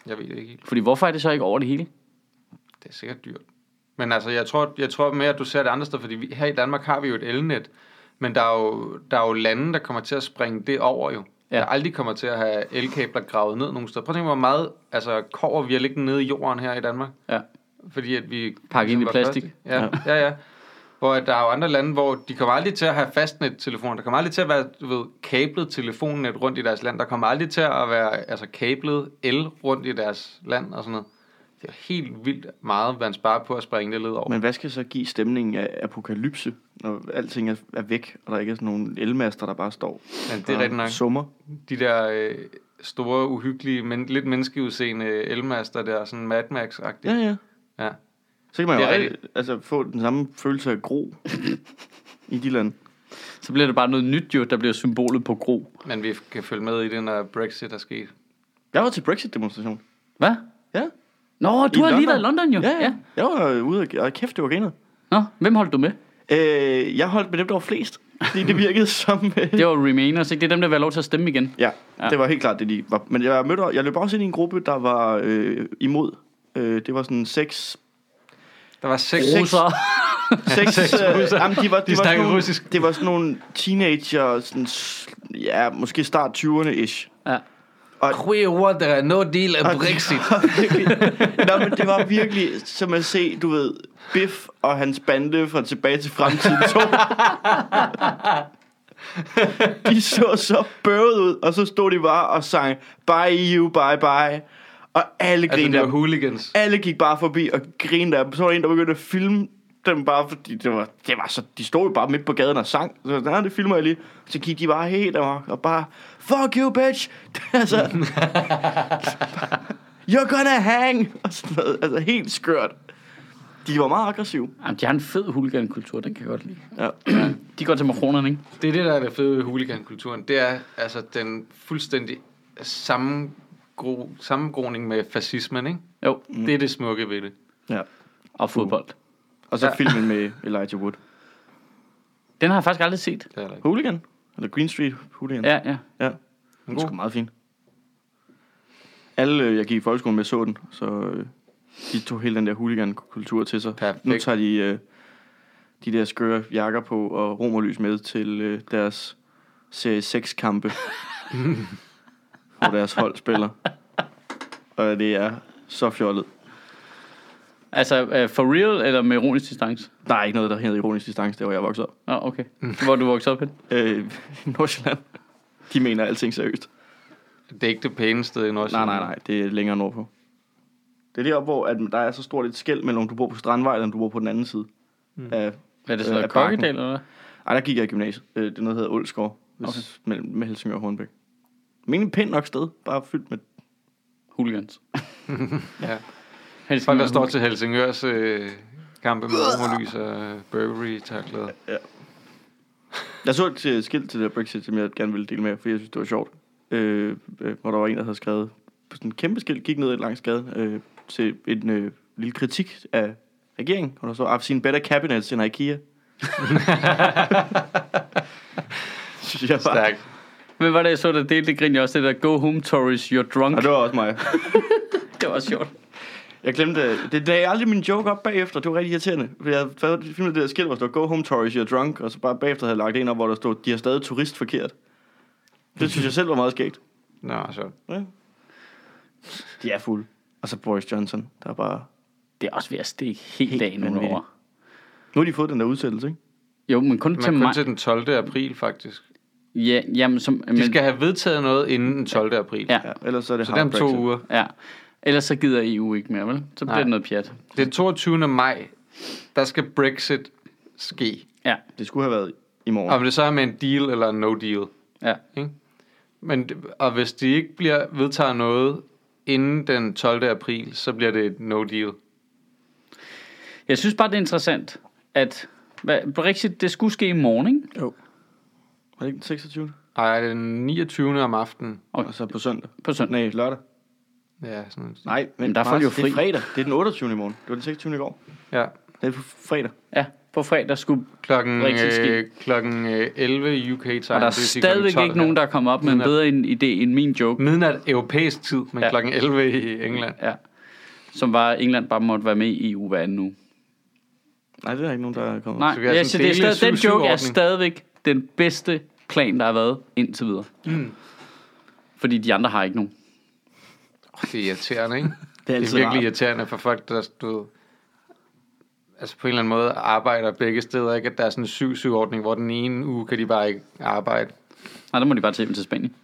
Jeg ved det ikke helt. Fordi hvorfor er det så ikke over det hele? Det er sikkert dyrt. Men altså, jeg tror, jeg tror mere, at du ser det andre steder, fordi vi, her i Danmark har vi jo et elnet, men der er, jo, der er jo lande, der kommer til at springe det over jo. Ja. Ja. Der aldrig kommer til at have elkabler gravet ned nogen steder. Prøv at tænke, hvor meget altså, kover vi har liggende nede i jorden her i Danmark. Ja. Fordi at vi... ligesom Pakket ind i var plastik. først, ikke? Ja, ja, ja. Hvor at der er jo andre lande, hvor de kommer aldrig til at have fastnettelefoner. Der kommer aldrig til at være, du ved, kablet telefonnet rundt i deres land. Der kommer aldrig til at være, altså, kablet el rundt i deres land og sådan noget. Det er helt vildt meget, man sparer på at springe det led over. Men hvad skal så give stemningen af apokalypse, når alting er, er væk, og der ikke er sådan nogle elmaster, der bare står Men det er rigtigt nok. summer? De der øh, store, uhyggelige, men lidt menneskeudseende elmaster der, sådan Mad Max-agtigt. Ja, ja. ja. Så kan man Det jo er aldrig, altså, få den samme følelse af gro i de lande. Så bliver det bare noget nyt jo, der bliver symbolet på gro. Men vi kan følge med i det, når Brexit er sket. Jeg var til Brexit-demonstration. Hvad? Ja. Nå, du I har lige London? været i London jo. Ja, ja. Jeg var ude og, og kæft, det var griner. Nå, hvem holdt du med? Øh, jeg holdt med dem, der var flest, fordi det virkede som... øh, Det var Remainers, ikke? Det er dem, der vil have lov til at stemme igen. Ja, Ja. ja, det var helt klart det, de var. Men jeg, mødte, jeg løb også ind i en gruppe, der var øh, imod. Øh, det var sådan seks... Der var seks... Seks- Russer. Seks, øh, jamen, de var, de, var snakkede sådan nogle, russisk. Det var sådan nogle teenager, sådan, s- ja, måske start 20'erne-ish. Ja. Queer water, no deal af Brexit. Nå, men det var virkelig som at se, du ved, Biff og hans bande fra Tilbage til Fremtiden 2. de så så bøvet ud, og så stod de bare og sang, bye you, bye bye. Og alle Altså, det grinede var altså, hooligans. Alle gik bare forbi og grinede af dem. Så var der en, der begyndte at filme dem bare, fordi det var, det var så, de stod jo bare midt på gaden og sang. Så nej, det filmer jeg lige. Så gik de bare helt amok og bare, fuck you, bitch! altså, you're gonna hang! Og sådan noget. Altså, helt skørt. De var meget aggressive. Jamen, de har en fed hooligan-kultur, den kan jeg godt lide. Ja. De går til makronerne, ikke? Det er det, der er det fede ved hooligankulturen. Det er altså den fuldstændig samme sammengroning med fascismen, ikke? Jo, Mm. Det er det smukke ved det. ja. og fodbold. Og så Ja. ja. filmen med Elijah Wood. Den har jeg faktisk aldrig set. det er der ikke. Hooligan? Eller Green Street Hooligan? Ja, ja. ja. Den er sgu meget fin. Alle, øh, jeg gik i folkeskolen med, så den, så øh, de tog hele den der hooligan-kultur til sig. Perfekt. Nu tager de øh, de der skøre jakker på og romerlys med til øh, deres serie 6-kampe, hvor deres hold spiller. Og det er så fjollet. Altså, uh, for real eller med ironisk distance? Der er ikke noget, der hedder ironisk distance, der hvor jeg voksede op. Nå, okay. Hvor er du vokset op hen? Øh, I Nordsjælland. De mener alting seriøst. Det er ikke det pæne sted i Nej, Nordsjælland. nej, nej. Det er længere nordpå. Det er deroppe, hvor at der er så stort et skæld mellem, om du bor på Strandvej, eller om du bor på den anden side. Mm. Af, Er det sådan af noget parken. kokkedal, eller hvad? Ej, der gik jeg i gymnasiet. Øh, Det er noget, der hedder Ålskov. Okay. Mellem med Helsingør og Hornbæk. Men en pænt nok sted. Bare fyldt med... Hooligans. Ja. Helst Folk, der står til Helsingørs øh, kampe med overlys og burberry takler. Jeg så et øh, skilt til det her Brexit, som jeg gerne ville dele med jer, fordi jeg synes, det var sjovt. Øh, øh, hvor der var en, der havde skrevet på sådan en kæmpe skilt, gik ned et langt skade øh, til en øh, lille kritik af regeringen, og der så, I've seen better cabinets end IKEA. Synes jeg bare, Stærkt. Men var det, jeg så, der delte det grin, jeg også det der, go home, Tories, you're drunk. og det var også mig. det var også sjovt. Jeg glemte, øh, det lagde aldrig min joke op bagefter, det var rigtig irriterende. For jeg havde fået- filmet det der skilt, hvor der stod, go home Tories, you're drunk, og så bare bagefter havde jeg lagt en op, hvor der stod, de har stadig turist forkert. Det synes jeg selv var meget skægt. Nå, sjovt. Ja. De er fulde. Og så Boris Johnson, der er bare... Det er også ved at stikke helt, Helt helt dagen vanvittigt. over. Nu har de fået den der udsættelse, ikke? Jo, men kun Men til kun maj. til den 12. april, faktisk. Ja, jamen, som, men, De skal have vedtaget noget inden den 12. april. Ja. Ja, ellers så er det Så det er om hard Brexit. to uger. Ja. Ellers så gider EU ikke mere, vel? Så bliver Nej. det noget pjat. Den 22. maj, der skal Brexit ske. Ja, Det skulle have været i morgen. Om det så er med en deal eller en no deal. ja. Ikke? Men, og hvis de ikke bliver vedtager noget inden den 12. april, så bliver det et no deal. Jeg synes bare, det er interessant, at hvad, Brexit, det skulle ske i morgen, ikke? Var det ikke den 26. Ej, det er den 29. om aftenen. Og så på søndag. På søndag. Nej, lørdag. Ja, sådan. Nej, men, Men der er folk Marts, jo Det er fri. fredag. Det er den 28. i morgen. Det var den 26. i går. Ja. Det er på fredag. Ja, på fredag skulle... Klokken, Rigtig øh, skidt. klokken øh, 11 UK time. Og der er stadigvæk ikke nogen, der er kommet op med en Midnat. bedre en- idé end min joke, Midnat europæisk tid, men Ja. ja. klokken 11 i England. ja. som var, at England bare måtte være med i E EU hver anden uge. Nej, det er der ikke nogen, der er kommet. Nej, Så vi har ja, sådan så det er dele- stadig, den syv- joke er syv-ordning. stadigvæk den bedste plan, der har været indtil videre. Mm. Fordi de andre har ikke nogen. Åh, Det er irriterende, ikke? Det er det er altid virkelig rart. irriterende for folk, der du, ved, altså på en eller anden måde arbejder begge steder, ikke? At der er sådan en 7-7-ordning, hvor den ene uge kan de bare ikke arbejde. Nej, der må de bare tage hjem til Spanien.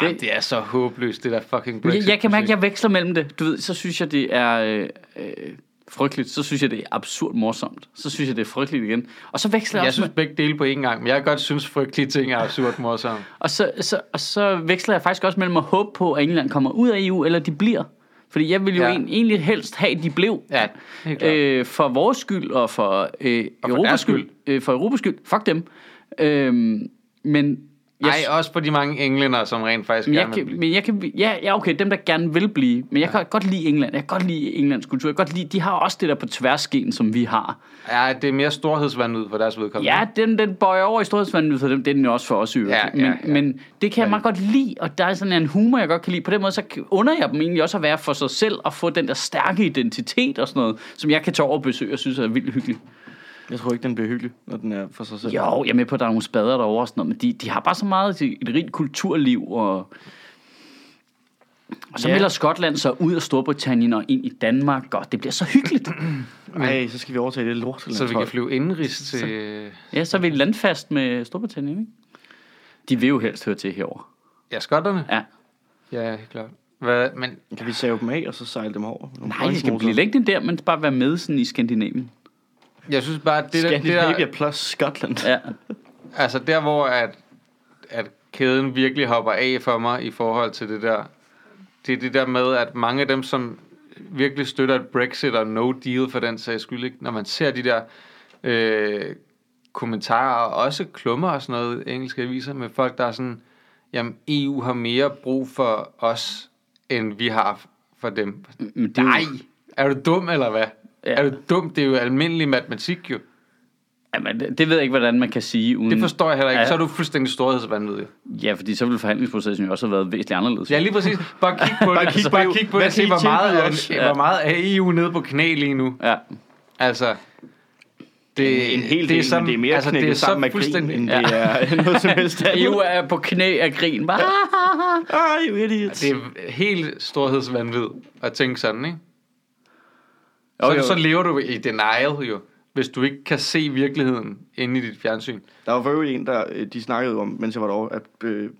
Det, Ej, det er så håbløst, det der fucking Jeg, Brexit. jeg kan mærke, at jeg veksler mellem det. Du ved, så synes jeg, det er øh, øh, frygteligt. Så synes jeg, det er absurd morsomt. Så synes jeg, det er frygteligt igen. Og så veksler jeg, Jeg også synes begge dele på én gang, men jeg kan godt synes, frygtelige ting er absurd morsomme. Og så, så, og så veksler jeg faktisk også mellem at håbe på, at England kommer ud af EU, eller de bliver. Fordi jeg ville jo Ja. ja. egentlig helst have, at de blev. Ja, helt klart. øh, for vores skyld og for, øh, for deres Europas skyld. skyld. Øh, for Europas skyld. Fuck dem. Øh, men jeg, Ej, også for de mange englænder, som rent faktisk men gerne jeg, vil kan, blive. men jeg kan, ja, ja, okay, dem der gerne vil blive, men jeg kan godt lide England, jeg kan godt lide Englands kultur, jeg kan godt lide, de har også det der på tværsken, som vi har. Ja, det er mere storhedsvandud for deres vedkommende. Ja, den, den bøjer over i storhedsvandet for dem. Det er den jo også for os i øvrigt. Ja, ja, ja. Men, men det kan jeg meget godt lide, og der er sådan en humor, jeg godt kan lide. På den måde, så under jeg dem egentlig også at være for sig selv, og få den der stærke identitet og sådan noget, som jeg kan tage over og besøge og synes er vildt hyggeligt. Jeg tror ikke, den bliver hyggelig, når den er for sig selv. Jo, jeg er med på, at der er nogle spader derovre og sådan noget, men de, de har bare så meget et, et rigt kulturliv, og, og så Ja. ja. melder Skotland så ud af Storbritannien og ind i Danmark, og det bliver så hyggeligt. Nej, så skal vi overtage det lort. Så vi kan flyve indenrigs til... Ja, så er vi landfast med Storbritannien, ikke? De vil jo helst høre til herovre. Ja, skotterne? Ja. Ja, helt klart. Hvad, men Kan vi save dem af, og så sejle dem over? Nogle Nej, de skal blive liggende der, men bare være med sådan i Skandinavien. jeg synes bare, at det, der, det Scandinavia der, det plus Scotland. Ja. altså der hvor at, at kæden virkelig hopper af for mig i forhold til det der, det er det der med, at mange af dem, som virkelig støtter et Brexit og no deal for den sags skyld, ikke? når man ser de der øh, kommentarer og også klummer og sådan noget engelske aviser med folk, der er sådan, jamen EU har mere brug for os, end vi har for dem. Men det er jo- Nej, er du dum eller hvad? Ja. Er du dum? Det er jo almindelig matematik jo. Jamen, det, det ved jeg ikke, hvordan man kan sige uden... Det forstår jeg heller ikke. Mm. Ja. Så er du fuldstændig storhedsvanvittig. Ja, fordi så ville forhandlingsprocessen jo også have været væsentligt anderledes. Ja, lige præcis. Bare kig på det. Altså, Bare kig på bare EU. kig på Hvad E det. Se, kan I hvor meget, tilbyde er, os? ja. Ja. hvor meget er EU nede på knæ lige nu. ja. Altså, det, En hel del, men det er mere altså, knækket det er sammen med grin, end det er noget som helst andet. EU er på knæ af grin. Bare. Ah, you idiots. Det er helt storhedsvanvid at tænke sådan, ikke? Så, Jo, jo. så lever du i denial jo. hvis du ikke kan se virkeligheden inde i dit fjernsyn. Der var for øvrigt en, der, øh, de snakkede jo om, mens jeg var derovre, at øh,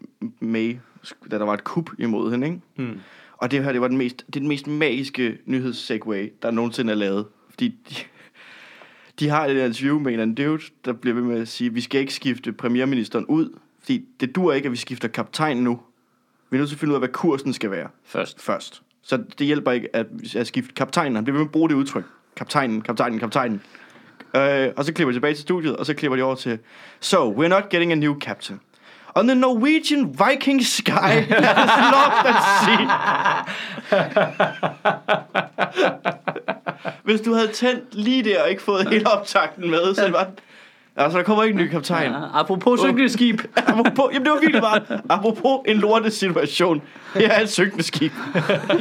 May, sk- da der var et kup imod hende, ikke? Mm. Og det her, det var den mest, det er den mest magiske nyhedssegway, der nogensinde er lavet. Fordi de, de har et interview med en eller anden dude, der bliver ved med at sige, vi skal ikke skifte premierministeren ud, fordi det dur ikke, at vi skifter kaptajn nu. Vi er nødt til at finde ud af, hvad kursen skal være Først. først. Så det hjælper ikke at, at skifte kaptajnen. Han bliver ved med at bruge det udtryk. Kaptajnen, kaptajnen, kaptajnen. Øh, og så klipper de tilbage til studiet, og så klipper de over til... So, we're not getting a new captain. On the Norwegian Viking sky, there's love at sea. Hvis du havde tændt lige der og ikke fået hele optakten med, så er det bare... Altså, der kommer ikke en ny kaptajn. Ja, apropos synkende skib. Apropos, jamen det var virkelig bare, apropos en lortesituation. Her er et synkende skib.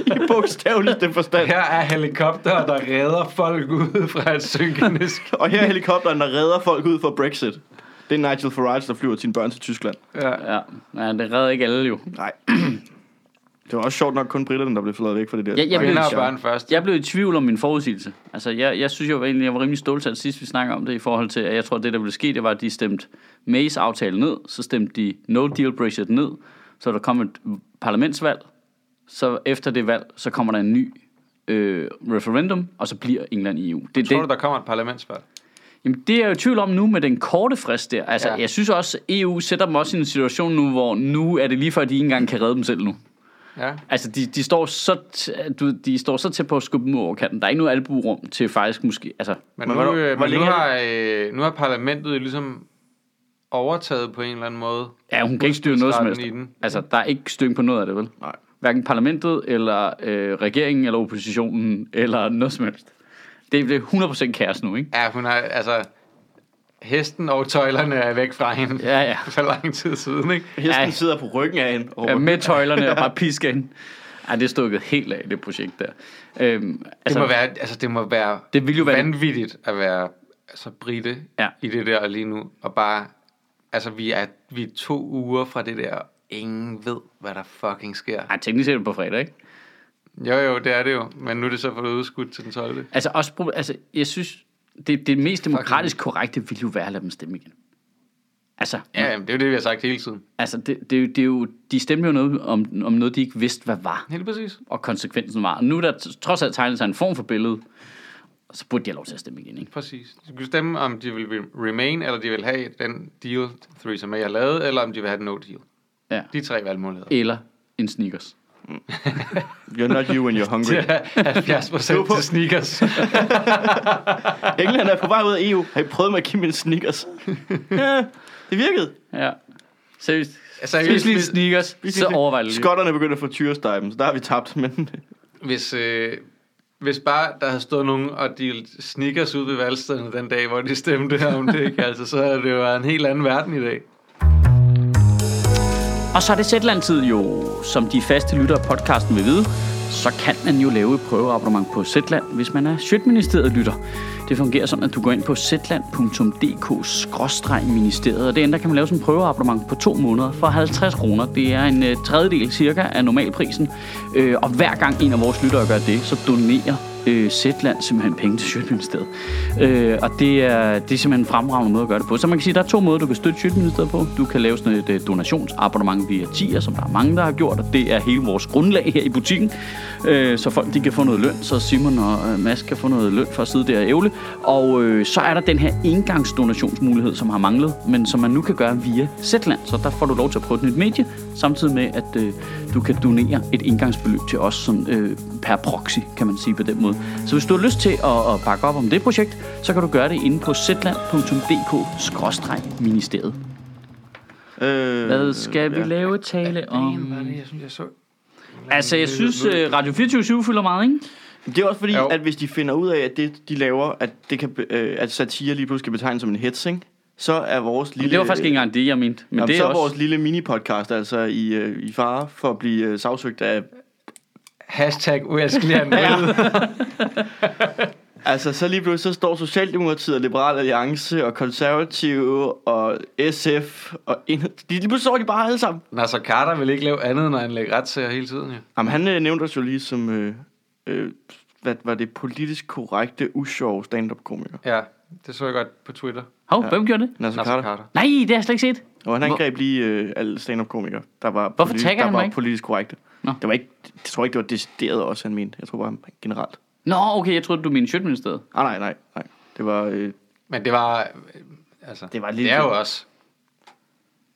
I bogstaveligste forstand. Her er helikopter, der redder folk ud fra et synkende skib. Og her er helikopteren, der redder folk ud for Brexit. Det er Nigel Farage, der flyver sine børn til Tyskland. Ja. Ja, ja, det redder ikke alle jo. Altså. Nej. Det var også sjovt nok kun britterne, der blev flået væk fra det der. Ja, jeg blev- Kvinder og Brexit. børn først. Jeg blev i tvivl om min forudsigelse. Altså, jeg, jeg synes jo egentlig, jeg var rimelig stålsat sidst, vi snakkede om det, i forhold til, at jeg tror, det, der ville ske, det var, at de stemte Mays aftale ned, så stemte de No Deal Brexit ned, så der kom et parlamentsvalg, så efter det valg, så kommer der en ny øh, referendum, og så bliver England i EU. Det, er Tror det, du, der kommer et parlamentsvalg? Jamen, det er jeg jo i tvivl om nu med den korte frist der. Altså, Ja. ja. jeg synes også, EU sætter dem også i en situation nu, hvor nu er det lige før, at de ikke engang kan redde dem selv nu. Ja. Altså, de, de, står så t- du, ved, de står så tæt på at skubbe dem ud over kanten. Der er ikke noget albuerum til faktisk måske... Altså, Men, Men nu, hvornår- øh, hvor men nu, længe er har, øh, nu har parlamentet jo ligesom overtaget på en eller anden måde. ja, hun kan ikke styre noget som helst. Udspilsretten i den. Altså, der er ikke styring på noget af det, vel? Nej. Hverken parlamentet, eller øh, regeringen, eller oppositionen, eller noget som helst. Det bliver 100% kaos nu, ikke? Ja, hun har, altså, hesten og tøjlerne er væk fra hende Ja, ja. for lang tid siden, ikke? Ej. Hesten sidder på ryggen af hende. ja Og med tøjlerne og bare pisker ind. Ej, det er stukket helt af, det projekt der. Øhm, Det må være, altså, det må være Det ville jo være- vanvittigt at være altså, brite ja. Ja. i det der lige nu, og bare, altså, vi er, vi er to uger fra det der, og ingen ved, hvad der fucking sker. Ej, teknisk set er det på fredag, ikke? Jo, jo, det er det jo, men nu er det så fået udskudt til den 12. Altså, også, proble- altså jeg synes, det, det mest demokratisk korrekte ville jo være at lade dem stemme igen. Altså, Ja, jamen, det er jo det, vi har sagt hele tiden. altså det, det, er jo- det er jo, de stemte jo noget om, om noget, de ikke vidste, hvad var, Helt præcis. og konsekvensen var. Og nu er der t- trods alt tegnet sig en form for billede, og så burde de have lov til at stemme igen, ikke? Præcis. De skulle stemme, om de vil remain, eller de vil have den deal, Theresa May har lavet, eller om de vil have den no deal. Ja. De tre valgmuligheder. Eller en sneakers. You're not you when you're hungry. 70 procent til sneakers. England er på vej ud af EU. Har I prøvet med at give mine sneakers? ja, det virkede. Ja. Seriøst. Altså, Spis lige en hvis, sneakers, så overvej det lige. Skotterne begynder at få tyrestejben, så der har vi tabt. Men hvis, øh, hvis bare der havde stået nogen og de sneakers ud ved valgstederne den dag, hvor de stemte om det, ikke? Altså, så havde det jo været en helt anden verden i dag. Og så er det Zetland-tid jo, som de faste lyttere af podcasten vil vide. Så kan man jo lave et prøveabonnement på Zetland, hvis man er Sjøtministeriet lytter. Det fungerer sådan, at du går ind på zetland.dk-ministeriet, og derinde der kan man lave sådan en prøveabonnement på to måneder for 50 kroner. Det er en øh, tredjedel cirka af normalprisen, øh, og hver gang en af vores lyttere gør det, så donerer øh, Zetland simpelthen penge til Sjøtministeriet. Øh, og det er, det er simpelthen en fremragende måde at gøre det på. Så man kan sige, at der er to måder, du kan støtte Sjøtministeriet på. Du kan lave sådan et øh, donationsabonnement via TIR, som der er mange, der har gjort, og det er hele vores grundlag her i butikken. Øh, så folk de kan få noget løn, så Simon og øh, Mads kan få noget løn for at sidde der og ævle. Og øh, så er der den her engangsdonationsmulighed, som har manglet, men som man nu kan gøre via Zetland. Så der får du lov til at prøve et nyt medie, samtidig med, at øh, du kan donere et engangsbeløb til os sådan, øh, per proxy, kan man sige på den måde. Så hvis du har lyst til at, at bakke op om det projekt, så kan du gøre det inde på zetland.dk-ministeriet. øh, Hvad skal vi lave tale om? Hvad er det, jeg synes, jeg så? Altså, jeg synes, øh, Radio 24 fylder meget, ikke? Det er også fordi, Jo. jo. at hvis de finder ud af, at det, de laver, at, det kan, be- øh, at satire lige pludselig kan betegnes som en hets, ikke? så er vores lille... Det var faktisk ikke engang det, jeg mente. Men Jamen, det er så er også... vores lille mini-podcast altså i, øh, i fare for at blive øh, sagsøgt af... Hashtag uelskelig ja. Altså, så lige pludselig så står Socialdemokratiet og Liberal Alliance og Konservative og SF og... En, de, lige pludselig står de bare alle sammen. Nasser Carter vil ikke lave andet, når han lægger retssager hele tiden, ja. Jamen, han øh, nævnte os jo lige som... Øh, øh, hvad var det politisk korrekte, usjove stand-up-komiker. ja. det så jeg godt på Twitter. Hov, ja. hvem gjorde det? Nasser Nasser Carter. Carter. Nej, det har jeg slet ikke set. Og han Hvor- angreb lige øh, alle stand-up-komikere, der var, Hvorfor politi- tagger der han mig var ikke? politisk korrekte. Nå. Det var ikke, jeg tror ikke, det var decideret også, han mente. Jeg tror bare han generelt. Nå, okay, jeg troede, du mente Sjøtministeriet. Ah, nej, nej, nej. Det var, øh, Men det var... øh, Altså, Det var lidt- det er jo også.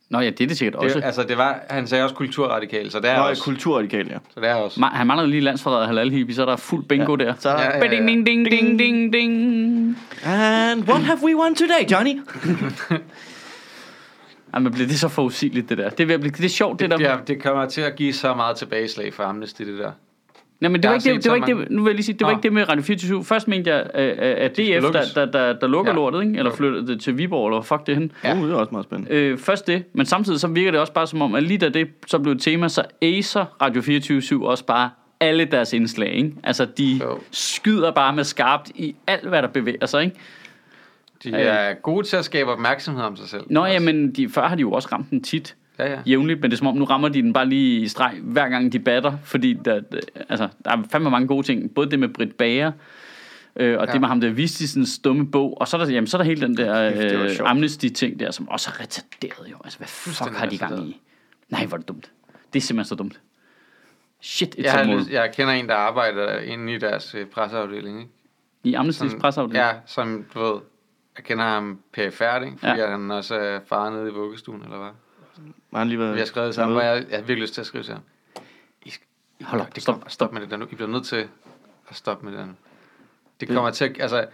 Nå ja, det er det sikkert også. Det, altså, det var, han sagde også kulturradikal, så det er Nå, også. kulturradikal, ja. så det er også. Ma- han manglede lige landsforræder halal hippie, så er der fuld bingo ja. der. Så, ja, Ja, ja. ja. Ding, ding, ding, ding, ding, ding. And what have we won today, Johnny? Ej, men bliver det så forudsigeligt, det der? Det er, ved at blive, det er sjovt, det, det der. Ja, det kommer til at give så meget tilbageslag for Amnesty, det der. Nej, men det Jeg var har ikke det, set det, var så ikke det, mange. nu vil jeg lige sige, det var Nå. ikke det med Radio 24 Først mente jeg, øh, øh, at DF, skulle der, lukkes. der, der, der lukker ja. Ja. lortet, ikke? eller flytter det til Viborg, eller fuck det hen. Ja. Uh, det er også meget spændende. Øh, først det, men samtidig så virker det også bare som om, at lige da det så blev et tema, så acer Radio 24 også bare alle deres indslag, ikke? Altså, de Jo. skyder bare med skarpt i alt, hvad der bevæger sig, ikke? De Ja, ja. ja. er gode til at skabe opmærksomhed om sig selv. Nå Også. ja, men de, før har de jo også ramt den tit. Ja, ja. jævnligt, men det er som om, nu rammer de den bare lige i streg, hver gang de batter, fordi der, altså, der er fandme mange gode ting, både det med Britt Bager, øh, og ja. Ja. det med ham der Vistisens dumme bog, og så er der, jamen, så er der hele den der Kæft, det var øh, sjovt. amnesty-ting der, som også er retarderet jo. Altså, hvad fuck Fuldstændig har de gang retarderet. i? Nej, hvor er det dumt. Det er simpelthen så dumt. Shit, it's Jeg, a har, mole. lyst- jeg kender en, der arbejder inde i deres øh, presseafdeling. Ikke? I Amnesty's presseafdeling. Ja, som du ved, jeg kender ham pæfærdig, fordi Ja. ja. han også er far nede i vuggestuen, eller hvad? Har han lige været... Vi har skrevet sammen, og jeg, jeg har virkelig lyst til at skrive til ham. I, sk- I, Hold op, det stop, kommer, stop med det der nu. I bliver nødt til at stoppe med det der nu. Det kommer til at, altså,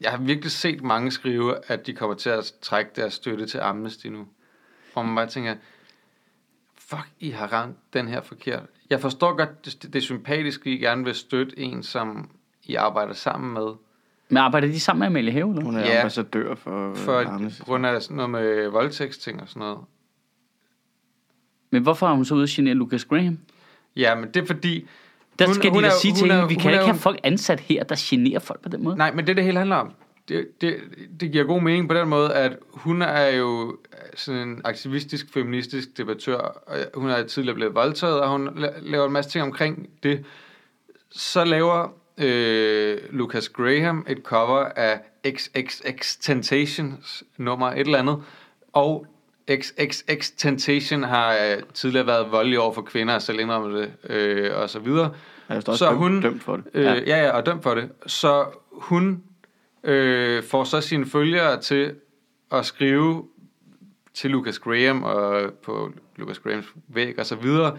jeg har virkelig set mange skrive, at de kommer til at trække deres støtte til Amnesty nu. Hvor man bare tænker, fuck, I har ramt den her forkert. Jeg forstår godt, det, det er sympatisk, at I gerne vil støtte en, som I arbejder sammen med. Men arbejder de sammen med Amalie Have, eller? Hun er Ja. ambassadør for, Øh, øh, For, for Amnesty. på grund af sådan noget med voldtægtsting og sådan noget. Men hvorfor har hun så ude at genere Lucas Graham? Ja, men det er fordi... Der skal hun, de da er- sige til hun er- hende, vi hun kan er ikke jo- have folk ansat her, der generer folk på den måde. Nej, men det, det hele handler om, det, det, det giver god mening på den måde, at hun er jo sådan en aktivistisk, feministisk debattør. og Hun er tidligere blevet voldtaget, og hun la- laver en masse ting omkring det. Så laver øh, Lucas Graham et cover af XXX Temptations nummer et eller andet, og XXX Temptation har øh, tidligere været voldelig over for kvinder, og selv indrømmet det, øh, og så videre. Ja, hvis der så også er er dømt- hun dømt for det. Øh, Ja. ja. ja, ja, og dømt for det. Så hun øh, får så sine følgere til at skrive til Lucas Graham og på Lucas Grahams væg og så videre,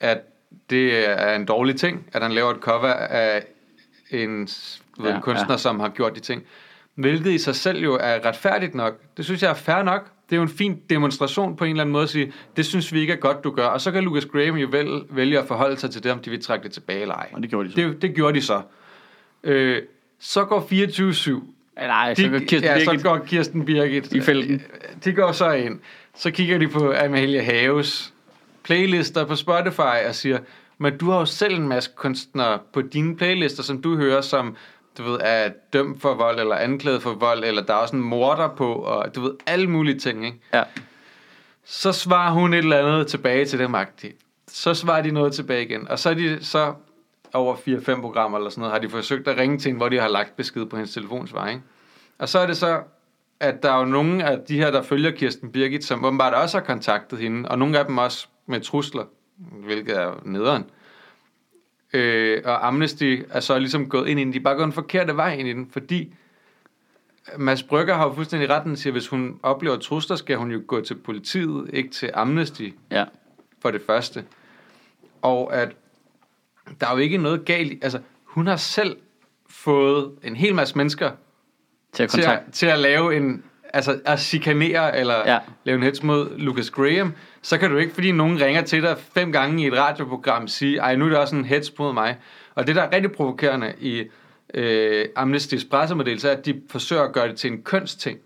at det er en dårlig ting, at han laver et cover af en, du ved, Ja, en kunstner, ja. som har gjort de ting. Hvilket i sig selv jo er retfærdigt nok. Det synes jeg er fair nok. Det er jo en fin demonstration på en eller anden måde at sige, det synes vi ikke er godt, du gør. Og så kan Lucas Graham jo vel, vælge at forholde sig til det, om de vil trække det tilbage eller ej. Og det gjorde de så. Det, det gjorde de så. Øh, så går 24-7. Nej, så De, går Kirsten ja, Birgit så går Kirsten Birgit. øh, I felten. De går så ind. Så kigger de på Amalie Haves playlister på Spotify og siger, men du har jo selv en masse kunstnere på dine playlister, som du hører, som du ved, er dømt for vold, eller anklaget for vold, eller der er også en morder på, og du ved, alle mulige ting, ikke? Ja. Så svarer hun et eller andet tilbage til dem agtigt. Så svarer de noget tilbage igen. Og så er de så over 4-5 programmer eller sådan noget, har de forsøgt at ringe til hende, hvor de har lagt besked på hendes telefonsvar, ikke? Og så er det så, at der er jo nogle af de her, der følger Kirsten Birgit, som åbenbart også har kontaktet hende, og nogle af dem også med trusler, hvilket er jo nederen. Øh, og Amnesty er så ligesom gået ind i den. De er bare gået en forkerte vej ind i den, fordi Mads Brygger har jo fuldstændig retten til, at hvis hun oplever trusler, skal hun jo gå til politiet, ikke til Amnesty Ja. for det første. Og at der er jo ikke noget galt i, altså hun har selv fået en hel masse mennesker Til at til at, kontakte. til at lave en, altså at chikanere eller Ja. ja. lave en hets mod Lucas Graham, så kan du ikke, fordi nogen ringer til dig fem gange i et radioprogram, sige, ej, nu er det også en hets mod mig. Og det, der er rigtig provokerende i øh, Amnesty's pressemeddelelse, er, at de forsøger at gøre det til en kønsting.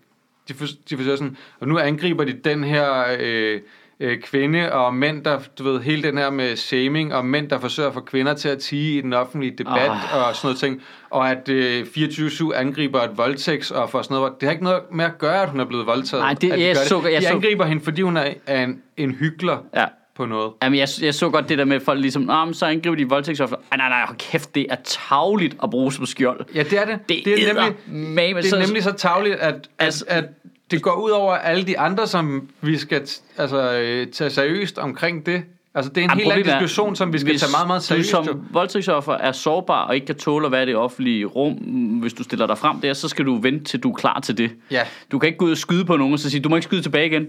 De, for, de forsøger sådan, og nu angriber de den her øh, øh, kvinde og mænd, der, du ved, hele den her med shaming, og mænd, der forsøger at få kvinder til at tige i den offentlige debat, Ah. oh og sådan noget ting. Og at øh, 24-7 angriber et voldtægtsoffer og sådan noget. Det har ikke noget med at gøre, at hun er blevet voldtaget. Nej, det- at de jeg gør så- jeg de så- angriber hende, fordi hun er, er en, en hyggelig. Ja. på noget. Jamen, jeg, jeg så godt det der med, at folk ligesom, nah, men så angriber de voldtægtsoffer. Ej, nej, nej, hold kæft, det er tavligt at bruge som skjold. Ja, det er det. Det, er nemlig, nemlig, det er nemlig så tavligt, at, Altså- altså, at, at det går ud over alle de andre, som vi skal t- altså, øh, tage seriøst omkring det. Altså, det er en Jamen, helt anden diskussion, som vi skal tage meget, meget seriøst. Hvis Som... du som voldtægtsoffer er sårbar og ikke kan tåle at være i det offentlige rum, mm, hvis du stiller dig frem der, så skal du vente til du er klar til det. Ja. Du kan ikke gå ud og skyde på nogen og så sige, du må ikke skyde tilbage igen.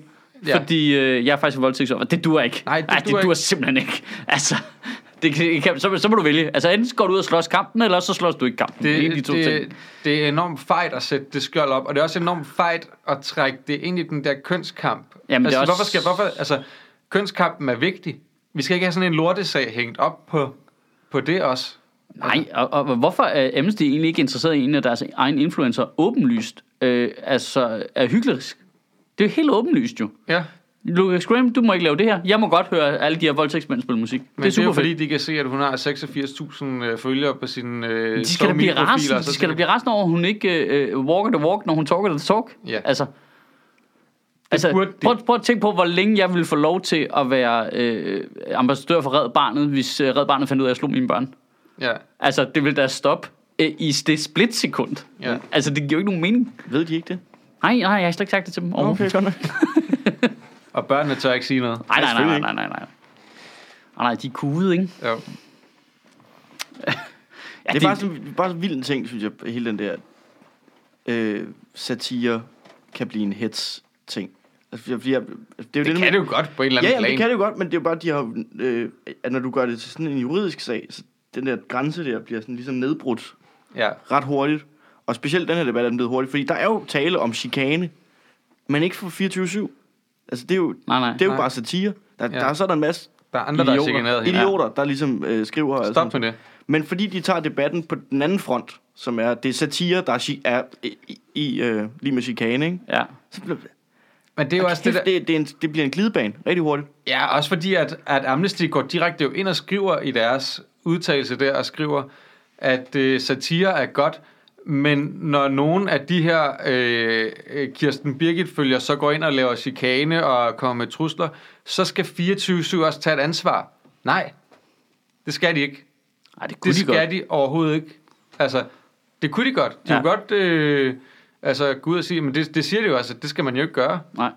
Ja. Ja. Fordi øh, jeg er faktisk en voldtægtsoffer. Det duer ikke. Nej, det Ej, duer det duer ikke. simpelthen ikke. Altså, det kan, det kan, så, så må du vælge. Altså, enten går du ud og slås kampen, eller også så slås du ikke kampen. Det, en af de Det, altså- to ting. det, det er enormt fejt at sætte det skjold op, og det er også enormt fejt at trække det ind i den der kønskamp. Jamen, det altså, er også- hvorfor skal, hvorfor, altså, kønskampen er vigtig. Vi skal ikke have sådan en lortesag hængt op på, på det også. Nej, og, og hvorfor er Amnesty egentlig ikke interesseret i en af deres egen influencer åbenlyst? Øh, altså, er hyggelig. Det er jo helt åbenlyst jo. Ja, Lucas Graham, du må ikke lave det her. Jeg må godt høre alle de her voldtægtsmænd spille musik. men det er super jo fedt. fordi, de kan se, at hun har 86.000 øh, følgere på sin øh, de skal da blive SoMe-profil, rasende, og så de skal da blive rasende over, at hun ikke øh, walker the walk, når hun talker the talk. Ja. Altså, altså burde de. prøv, prøv at tænke på, hvor længe jeg ville få lov til at være øh, ambassadør for Red Barnet, hvis øh, Red Barnet fandt ud af, at jeg slog mine børn. Ja. Altså, det ville da stoppe øh, i det splitsekund. Ja. Altså, det giver jo ikke nogen mening. Ved de ikke det? Nej, nej, jeg har slet ikke sagt det til dem. overhovedet. Okay, godt nok. Og børnene tør ikke sige noget. Nej, nej, Nej, nej, nej, selvfølgelig nej, nej. Og nej, de er kude, ikke? Jo. Ja, det er bare sådan, bare sådan en vild en ting, synes jeg, hele den der øh, satire kan blive en hets ting. Altså, fordi jeg, det er jo det, Det kan det jo godt på en eller Ja, anden jamen, det kan plan. det jo godt, men det er jo bare, de har, øh, at når du gør det til sådan en juridisk sag, så den der grænse der bliver sådan ligesom nedbrudt Ja, ret hurtigt. Og specielt den her debat er den blevet hurtigt, fordi der er jo tale om chikane, men ikke for 24-7. Altså, det er jo, Nej, nej, det er jo nej. bare satire. Der, ja. der er sådan en masse der er andre, der er Idioter. altså. chikaneret hende. idioter, der ligesom øh, skriver... Ja. og Stop sådan- med det. men fordi de tager debatten på den anden front, som er det er satire, der er, chi- er i, i- i øh, lige med chikane, ikke? Ja. Så bliver, det, Men det er jo også det, der... det, det, er en, det bliver en glidebane rigtig hurtigt. Ja, også fordi, at, at Amnesty går direkte jo ind og skriver i deres udtalelse der, og skriver, at øh, satire er godt, men når nogen af de her øh, øh, Kirsten Birgit følger, så går ind og laver chikane og kommer med trusler, så skal 24-7 også tage et ansvar. Nej, det skal de ikke. Ej, det kunne Det de skal godt. de overhovedet ikke. Altså, det kunne de godt. De Ja. ja. kunne godt øh, altså, gå ud og sige, men det, det siger de jo altså, det skal man jo ikke gøre. Nej.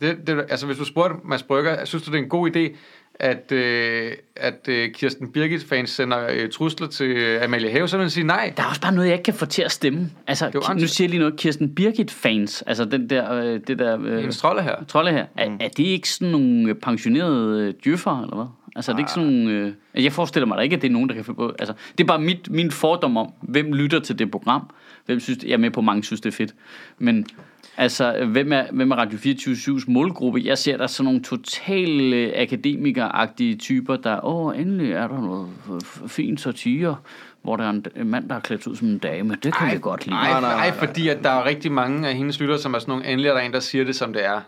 Det, det, altså, hvis du spurgte Mads Brygger, synes du, det er en god idé, at, øh, at øh, Kirsten Birgit-fans sender øh, trusler til øh, Amalie Have, så vil han sige nej. Der er også bare noget, jeg ikke kan få til at stemme. Altså, jo Ki- nu åndssvagt. siger jeg lige noget. Kirsten Birgit-fans, altså den der, øh, det der øh, En strolle her. trolde her, er, er det ikke sådan nogle øh, pensionerede øh, djøffer, eller hvad? Altså, er det ikke sådan nogle... Øh, jeg forestiller mig da ikke, at det er nogen, der kan finde på... Altså, det er bare mit, min fordom om, hvem lytter til det program. Hvem synes, jeg er med på, at mange synes, det er fedt. Men altså, øh, hvem er, hvem er Radio 24-7's målgruppe? Jeg ser der sådan nogle totale øh, akademikeragtige typer, der... Åh, endelig er der noget øh, fint satire, hvor der er en, en mand, der er klædt ud som en dame. Det kan vi godt lide. Nej, nej, nej, nej, nej. fordi at der er rigtig mange af hendes lyttere, som er sådan nogle endelig, er der en, der siger det, som det er.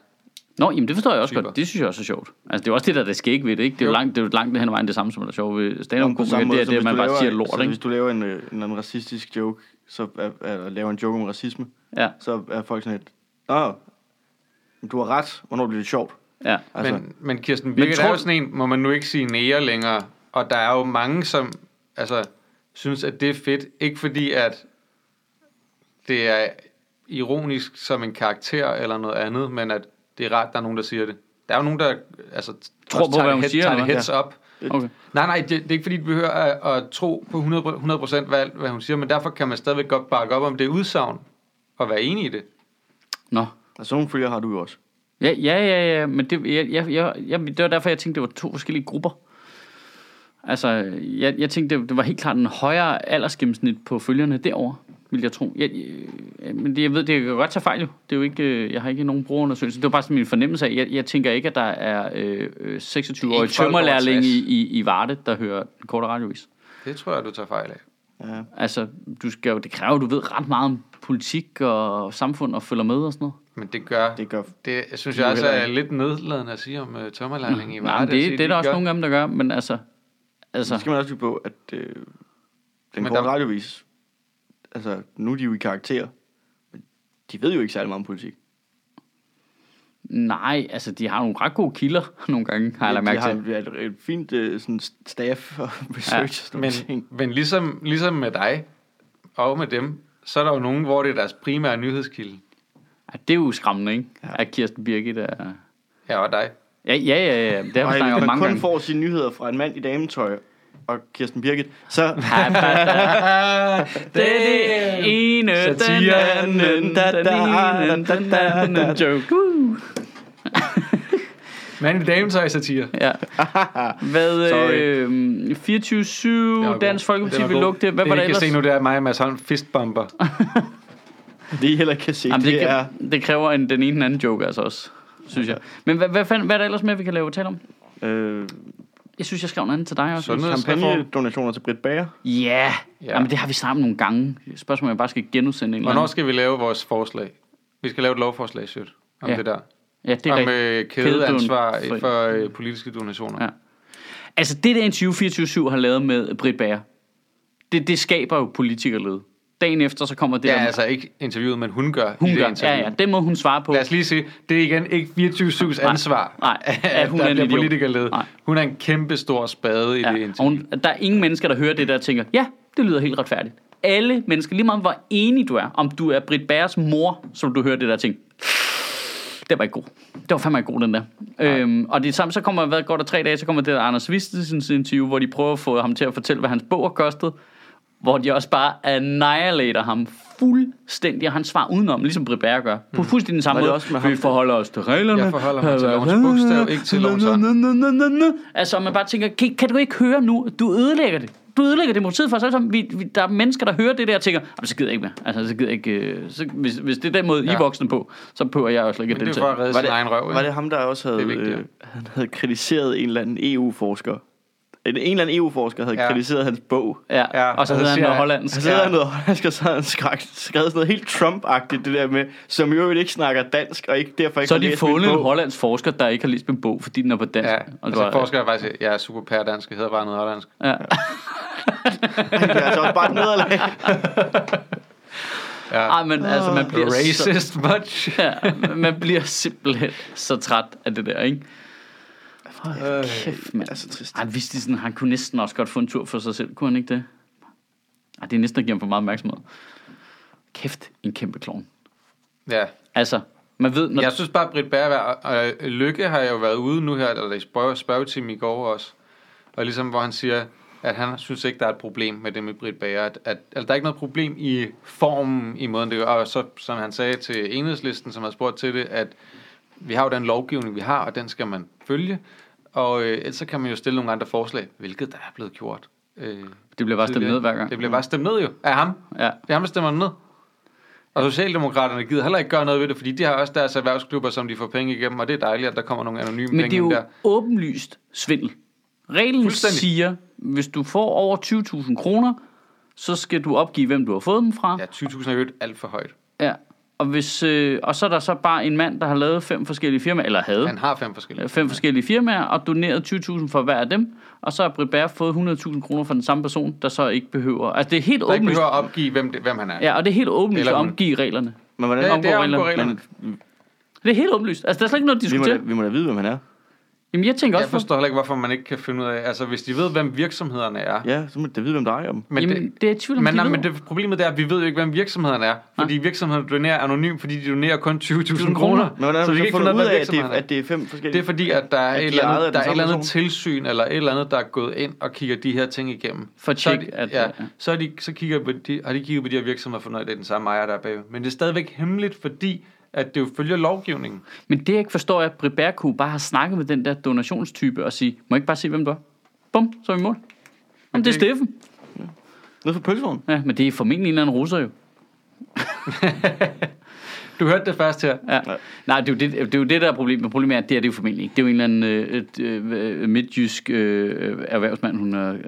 Nå, jamen det forstår jeg også Typer. godt. Det synes jeg også er sjovt. Altså, det er jo også det, der er det skæg ved det, ikke? Det er jo Jo. langt, det er jo langt hen ad vejen det samme, som der er sjovt ved stand up På samme det er som det, hvis man du bare laver- siger så lort, ikke? Hvis du laver en, øh, en eller anden racistisk joke, så er, er, laver en joke om racisme, Ja, så er folk sådan lidt, Åh, men du har ret, hvornår bliver det sjovt? ja. Altså, men, men, men Kirsten Birgit tror er jo du- sådan en, må man nu ikke sige nære længere. Og der er jo mange, som altså, synes, at det er fedt. Ikke fordi, at det er ironisk som en karakter eller noget andet, men at det er rart, der er nogen, der siger det. Der er jo nogen, der altså, Tror også på, tager hvad det hun head- siger, tager det eller hvad? heads up. Okay. Nej, nej, det, det er ikke fordi, vi behøver at, at tro på 100%, 100 hvad, alt, hvad hun siger, men derfor kan man stadigvæk godt bakke op om det udsagn og være enig i det. Nå. og sådan altså, nogle følger har du jo også. Ja, ja, ja, ja, men det, jeg, jeg, jeg, jeg, det var derfor, jeg tænkte, det var to forskellige grupper. Altså, jeg, jeg tænkte, det, det var helt klart en højere aldersgennemsnit på følgerne derovre, vil jeg tro. Jeg, jeg, men det, jeg ved, det kan godt tage fejl jo. Det er jo ikke, øh, jeg har ikke nogen brugerundersøgelse. Det var bare sådan min fornemmelse af, jeg, jeg tænker ikke, at der er øh, øh, Det er 26-årige ikke folk over tømmerlærling i, 60. i, i Varde, der hører den korte radiovis. Det tror jeg, du tager fejl af. Ja. Altså, du skal jo, det kræver, at du ved ret meget om politik og samfund og følger med og sådan noget. Men det gør Det gør Det jeg synes Det er jeg jo altså heller er lidt nedladende at sige om uh, tømmerlærling i Nej, Varde. men det, at sige, det, det er de der også gør- nogle af dem, der gør, men altså... Så altså skal man også huske på, at øh, den der- korte radiovis, altså nu er de jo i karakter, men de ved jo ikke særlig meget om politik. Nej, altså de har nogle ret gode kilder nogle gange, har jeg lagt mærke de har til. et, et, et fint øh, sådan staff og research ja, og sådan Men, nogle ting. men ligesom, ligesom med dig og med dem, så er der jo nogen, hvor det er deres primære nyhedskilde. Ja, det er jo skræmmende, ikke? Ja. At Kirsten Birgit er... Ja, og dig. Ja, ja, ja, ja. Det har vi Og snakket når om man mange kun gange. får sine nyheder fra en mand i dametøj og Kirsten Birgit, så Ja, bare- Den ene, den Satire. anden, den ene, den anden joke. Woo! Mand i dametøj satire. Ja. Hvad, Sorry. øh, 24-7, Dansk Folkeparti vil lukke det. Hvad var det, der I kan ellers? se nu, det er mig og Mads Holm fistbomber. det I heller ikke kan se, Jamen, det, det, er... kan, det kræver en, den ene den anden joke altså også, synes jeg. Men hvad, hvad, fanden, hvad er der ellers med, vi kan lave tale om? Øh, Jeg synes, jeg skrev noget andet til dig også. Sundhedsreform. kampagnedonationer til Britt Bager. Ja, Ja. ja. Jamen, det har vi sammen nogle gange. Spørgsmålet er, om jeg bare skal genudsende en eller Hvornår anden. skal vi lave vores forslag? Vi skal lave et lovforslag, Sjøt, om ja. Ja. det der. Ja, det er Om rigtigt. øh, kædeansvar Kædedon- for øh, politiske donationer. Ja. Ja. øh- Altså, det der interview 24 har lavet med Britt Bager, det, det skaber jo politikerled. Dagen efter, så kommer det Det er der... altså ikke interviewet, men hun gør i hun det gør. interview. Ja, ja, det må hun svare på. Lad os lige sige, det er igen ikke 24-7's ansvar, nej, at at hun hun er der en bliver idiot. politikerled. Nej. Hun er en kæmpe stor spade i Ja, ja. det og interview. hun, der er ingen mennesker, der hører det der og tænker, ja, det lyder helt retfærdigt. Alle mennesker, lige meget hvor enig du er, om du er Britt Bærs mor, som du hører det der ting. Det var ikke god. Det var fandme ikke god, den der. Øhm, og det samme, så kommer, hvad går der tre dage, så kommer det der Anders Vistelsens interview, hvor de prøver at få ham til at fortælle, hvad hans bog har kostet. Hvor de også bare annihilater ham fuldstændig, og han svarer udenom, ligesom Britt Bjerre gør. På fuldstændig den samme Var det måde. også med Vi ham, der- forholder os til reglerne. Jeg forholder mig til lovens bogstav, ikke til lovens ånd. Altså, og man bare tænker, kan, kan du ikke høre nu? Du ødelægger det. Du ødelægger demokratiet for os alle sammen. Vi, vi, der er mennesker, der hører det der og tænker, "Jamen, så gider jeg ikke mere. Altså, så gider jeg ikke, øh, så, hvis, hvis det er den måde, ja. I Ja. er voksne på, så behøver jeg også slet ikke at Men det er for deltage. at redde Var sin det, egen røv. var Ikke? det ham, der også havde, Det er vigtigere. øh, han havde kritiseret en eller anden EU-forsker? En, en eller anden EU-forsker havde Ja. ja. kritiseret hans bog. Ja. Ja, ja, og så og så hedder han siger noget jeg- hollandsk. Så sidder han noget hollandsk, og så har han skrak, skrevet sådan noget helt Trump-agtigt, det der med, som i øvrigt ikke snakker dansk, og ikke derfor ikke Så har har de læst min fundet en bog. hollandsk forsker, der ikke har læst min bog, fordi den er på dansk. Ja, og og du så har- forsker jeg faktisk, jeg er super pærdansk, jeg hedder bare noget hollandsk. ja. Det er altså også bare et nederlag. Ja. Ej, men altså, man bliver, så, Racist much? ja, man bliver simpelthen så træt af det der, ikke? Øh, Kæft, mand. Det er så trist. Ej, Vistisen, han kunne næsten også godt få en tur for sig selv, kunne han ikke det? Ej, det er næsten at give ham for meget opmærksomhed. Kæft, en kæmpe klovn. Ja. Altså, man ved, når... Jeg synes bare, Britt Berg og øh, Lykke har jo været ude nu her, eller i spørg- spørgetimen i går også, og ligesom hvor han siger, at han synes ikke, der er et problem med det med Britt Bager. At, at, altså, der er ikke noget problem i formen, i måden det gør. Og så, som han sagde til enhedslisten, som har spurgt til det, at vi har jo den lovgivning, vi har, og den skal man følge. Og øh, ellers så kan man jo stille nogle andre forslag, hvilket der er blevet gjort. Øh, Det bliver bare stemt tidligere. ned hver gang. Det bliver bare stemt ned jo, af ham. Ja. Det er ham, der stemmer den ned. Og Socialdemokraterne gider heller ikke gøre noget ved det, fordi de har også deres erhvervsklubber, som de får penge igennem, og det er dejligt, at der kommer nogle anonyme Men det penge er jo ind der. åbenlyst svindel. Reglen Fuldstændig. siger, hvis du får over 20.000 kroner, så skal du opgive, hvem du har fået dem fra. Ja, 20.000 er jo et alt for højt. Ja. Og, hvis, øh, og så er der så bare en mand, der har lavet fem forskellige firmaer, eller havde Han har fem forskellige. Øh, fem forskellige firmaer, og doneret 20.000 for hver af dem, og så har Britt Bager fået 100.000 kroner fra den samme person, der så ikke behøver... Altså, det er helt Der ikke åbenlyst. behøver at opgive, hvem, det, hvem han er. Ja, og det er helt åbenlyst Eller at hun. omgive reglerne. Men hvordan Ja, ja, det er omgår omgår reglerne. reglerne. men, Det er helt åbenlyst. Altså, der er slet ikke noget at vi, må da, diskutere. vi må da vide, hvem han er. Jamen, jeg tænker Jeg også... forstår heller ikke, hvorfor man ikke kan finde ud af, altså hvis de ved, hvem virksomhederne er. Ja, så må de da vide, hvem der ejer dem. Men Men Jamen, det, det, det er jeg i tvivl om, men, de nej, ved. men det, problemet det er, at vi ved jo ikke, hvem virksomhederne er. Fordi virksomhederne donerer anonymt, fordi de donerer kun 20.000 kroner. Men hvordan har så vi vi kan så ikke finde fundet ud ud af, at det, virksomhederne er. at det er fem forskellige... Det er fordi, at der er, et At de eller, er ejet andet, af der den er et samme eller andet tilsyn, eller et eller andet, der er gået ind og kigger de her ting igennem. For at så, er tjekke, de, at- ja, så, er de, så kigger på de, har de kigget på de her virksomheder og fundet, ud af, at det er den samme ejer, der er bagved. Men det er stadigvæk hemmeligt, fordi at det jo følger lovgivningen. Men det, jeg ikke forstår, er, at Britt Bager kunne bare have snakket med den der donationstype og sige, må jeg ikke bare se, hvem du er? Bum, så er vi i mål. Jamen, det er det- Steffen. Nede fra pølsevognen. Ja, men det er formentlig en eller anden russer jo. Du hørte det først her. Ja. Nej, det er, jo det, det er jo det, der er problemet. Problemet er, at det er det jo formentlig ikke. Det er jo en eller anden øh, et, øh, midtjysk øh, erhvervsmand, hun øh, øh,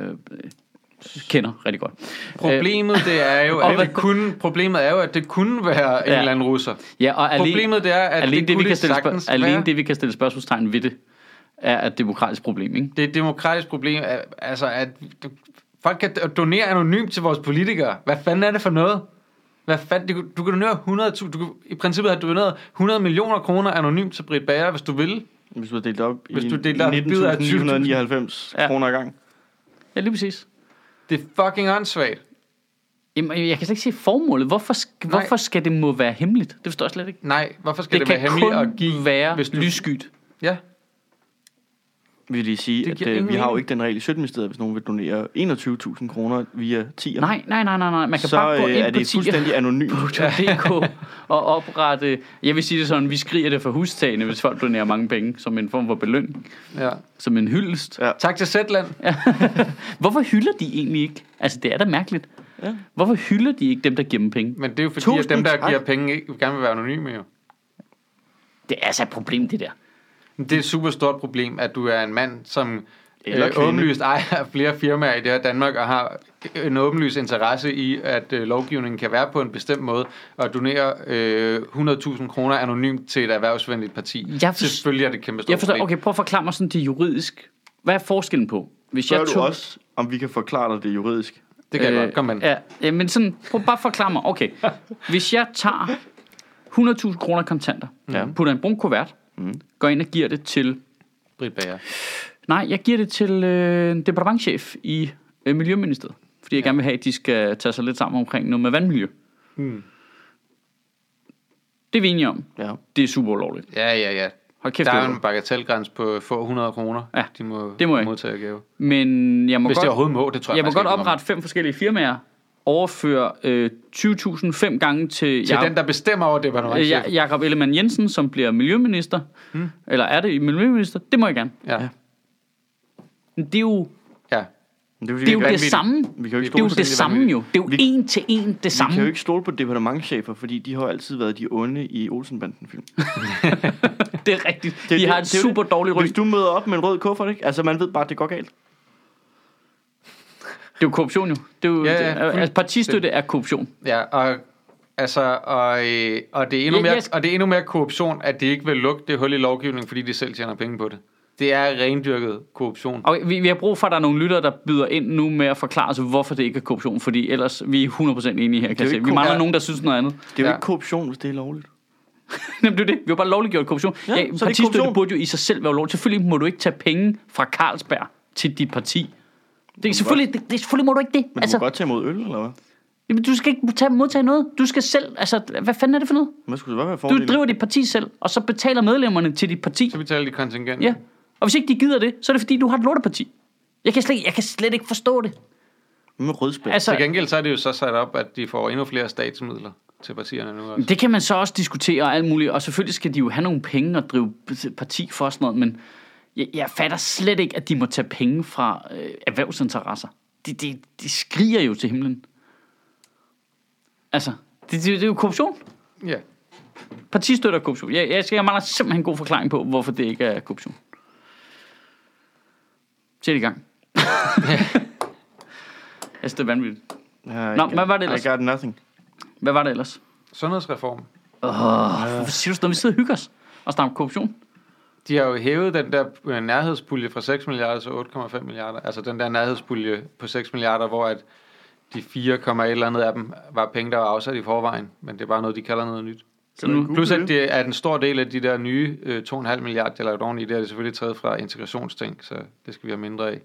kender rigtig godt. Øh, Problemet, det er jo, at hvad- det kunne, problemet er jo, at det kunne være en Ja. eller anden russer. Ja, og alene, Problemet, det er, at alene det det, kunne vi kan det stille sagtens spørg- alene være. det, vi kan stille spørgsmålstegn ved det, er et demokratisk problem, ikke? Det er et demokratisk problem, at- altså at folk kan donere anonymt til vores politikere. Hvad fanden er det for noget? Hvad fanden? Du, kunne- du kan donere 100.000. Du kan i princippet have doneret 100 millioner kroner anonymt til Britt Bager, hvis du vil. Hvis du har delt op Hvis i du deler op i bidder af 19.999 Ja. ja. kroner i gang. Ja, lige præcis. Det er fucking åndssvagt. Jamen, jeg kan slet ikke se formålet. Hvorfor, sk- Nej. hvorfor skal det må være hemmeligt? Det forstår jeg slet ikke. Nej, hvorfor skal Det, det, det være kan kun hemmeligt at give? være hvis hvis du- lysskyt. Ja, Vil jeg lige sige, Det det at giver øh, ingen vi har jo mening. ikke den regel i 17. stedet, hvis nogen vil donere 21.000 kroner via 10'er. Nej, nej, nej, nej, nej. Man kan så bare gå øh, ind er på det fuldstændig anonymt. tier.dk og oprette... Jeg vil sige det sådan, vi skriger det for hustagene, hvis folk donerer mange penge, som en form for belønning, ja. som en hyldest. Ja. Tak til Zetland. Hvorfor hylder de egentlig ikke? Altså, det er da mærkeligt. Ja. Hvorfor hylder de ikke dem, der giver dem penge? Men det er jo fordi, at Tusind dem, der tak. giver penge, ikke gerne vil være anonyme jo. Det er altså et problem, det der. Men Det er et super stort problem, at du er en mand, som Eller øh, kvinde. åbenlyst ejer flere firmaer i det her Danmark, og har en åbenlyst interesse i, at øh, lovgivningen kan være på en bestemt måde, og donere øh, 100.000 kroner anonymt til et erhvervsvenligt parti. Jeg forst- Selvfølgelig er det et kæmpe stort Jeg forstår, problem. okay, prøv at forklare mig sådan det juridisk. Hvad er forskellen på? Hvis Øh, Så er du også, om vi kan forklare dig det juridisk. Det kan jeg godt. Kom med. den. Ja, ja, men sådan, prøv bare at forklare mig. Okay, hvis jeg tager 100.000 kroner kontanter, Ja. Mm. putter en brun kuvert, går ind og giver det til... Britt Bager. Nej, jeg giver det til øh, en departementchef i øh, Miljøministeriet. Fordi jeg gerne vil have, at de skal tage sig lidt sammen omkring noget med vandmiljø. Mm. Det er vi enige om. Ja. Det er super ulovligt. Ja, ja, ja. Hold kæft, der det er er jo en bagatelgrænse på få 100 kroner, Ja, de må, det må jeg ikke. modtage gave. Men jeg må Hvis godt... det overhovedet må, det tror jeg, Jeg må faktisk godt ikke, det oprette fem forskellige firmaer, overføre øh, 20.000 fem gange til, Til den, der bestemmer over det, var øh, Ja- Jakob Ellemann Jensen, som bliver miljøminister. Hmm. Eller er det miljøminister? Det må jeg gerne. Ja, Men det er jo ja. Men Det er, fordi, det, er jo det vi, kan, vanvittigt. samme. vi kan jo Det er ikke jo stole, det samme jo. Det er jo Vi- en til en det vi kan jo samme. ikke stole på departementchefer, fordi de har jo altid været de onde i Olsenbanden-film. Det er rigtigt. Det- De det- har et det er jo super det. dårligt ryg. Hvis Det du møder op med en rød kuffert, ikke? Altså, man ved bare, at det går galt. er jo korruption jo. Det er jo, Ja, ja, det- altså, fuldstændig. partistøtte er korruption. Ja, og, altså, og, øh, og, det er endnu Ja, mere, jeg skal- og det er endnu mere korruption, at de ikke vil lukke det hul i lovgivningen, fordi de selv tjener penge på det. Det er rendyrket korruption. Okay, vi, vi har brug for, at der er nogle lyttere, der byder ind nu med at forklare os, hvorfor det ikke er korruption. Fordi ellers, vi er 100% enige her, kan jo jeg se. ikke Vi korru- mangler Ja. nogen, der synes noget andet. Det er jo Ja. ikke korruption, hvis det er lovligt. Jamen, det er jo det. Vi har bare lovliggjort korruption. Ja, Ja, så ja, er det ikke partistøtte korruption. burde jo i sig selv være ulovligt. Selvfølgelig må du ikke tage penge fra Carlsberg til dit parti. Det, er selvfølgelig, det, det, selvfølgelig må du ikke det. Men altså, altså, du må godt tage imod øl, eller hvad? jamen, du skal ikke tage, modtage noget. Du skal selv... Altså, hvad fanden er det for noget? Hvad skulle det være Du fordelen? driver dit parti selv, og så betaler medlemmerne til dit parti. Så betaler de kontingent. Ja. Og hvis ikke de gider det, så er det fordi, du har et lorteparti. Jeg kan, slet, jeg kan slet ikke forstå det. Hvad med rødspil. Altså, Til gengæld så er det jo så sat op, at de får endnu flere statsmidler til partierne nu også. Det kan man så også diskutere og alt muligt, og selvfølgelig skal de jo have nogle penge og drive p- parti for og sådan noget, men jeg, jeg fatter slet ikke, at de må tage penge fra øh, erhvervsinteresser. De, de, de skriger jo til himlen. Altså, det, det, det er jo korruption. Ja. Partistøtter er korruption. Jeg, jeg, skal- jeg mangler simpelthen en god forklaring på, hvorfor det ikke er korruption. Sæt i gang. jeg synes, det er vanvittigt. Ja, I Nå, got- hvad var det ellers? I got nothing. Hvad var det ellers? Sundhedsreform. Hvorfor siger du sådan noget? Vi sidder og hygger os og snakker om korruption. De har jo hævet den der øh, nærhedspulje fra 6 milliarder til 8,5 milliarder. Altså den der nærhedspulje på 6 milliarder, hvor at de 4, et eller andet af dem var penge, der var afsat i forvejen. Men det er bare noget, de kalder noget nyt. Så nu, Plus at det er en stor del af de der nye øh, 2,5 milliarder, der er lavet oveni, det er det selvfølgelig taget fra integrationsting, så det skal vi have mindre af.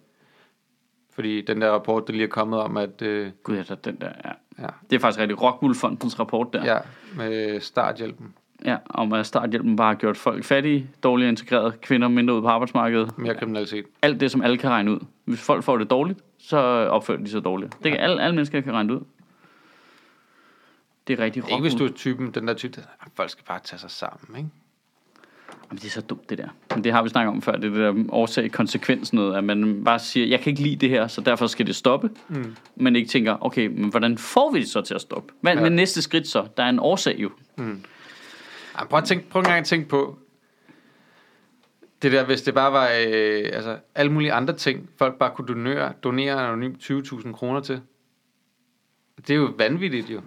Fordi den der rapport, der lige er kommet om, at øh, Gud, ja, der, er den der, ja. Ja. Det er faktisk rigtigt. Rockwool-fondens rapport der, ja. ja, med starthjælpen, Ja, om at starthjælpen bare har gjort folk fattige, dårligere integreret, kvinder mindre ud på arbejdsmarkedet. mere kriminalitet. Alt det, som alle kan regne ud. Hvis folk får det dårligt, så opfører de sig dårligt. Det kan alle, alle mennesker kan regne det ud. Det er rigtig Ikke hvis Rockwool. du er typen, den der type, der, "Ah, folk skal bare tage sig sammen, ikke? Jamen, det er så dumt, det der. Men det har vi snakket om før, det er det der årsag konsekvens noget, at man bare siger, jeg kan ikke lide det her, så derfor skal det stoppe. Mm. Men ikke tænker, okay, men hvordan får vi det så til at stoppe? Hvad ja. Ja. med næste skridt så? Der er en årsag jo. Jamen, prøv, at tænke, prøv en gang at tænke på, det der, hvis det bare var øh, altså, alle mulige andre ting, folk bare kunne donere, donere anonymt 20.000 kroner til. Det er jo vanvittigt jo.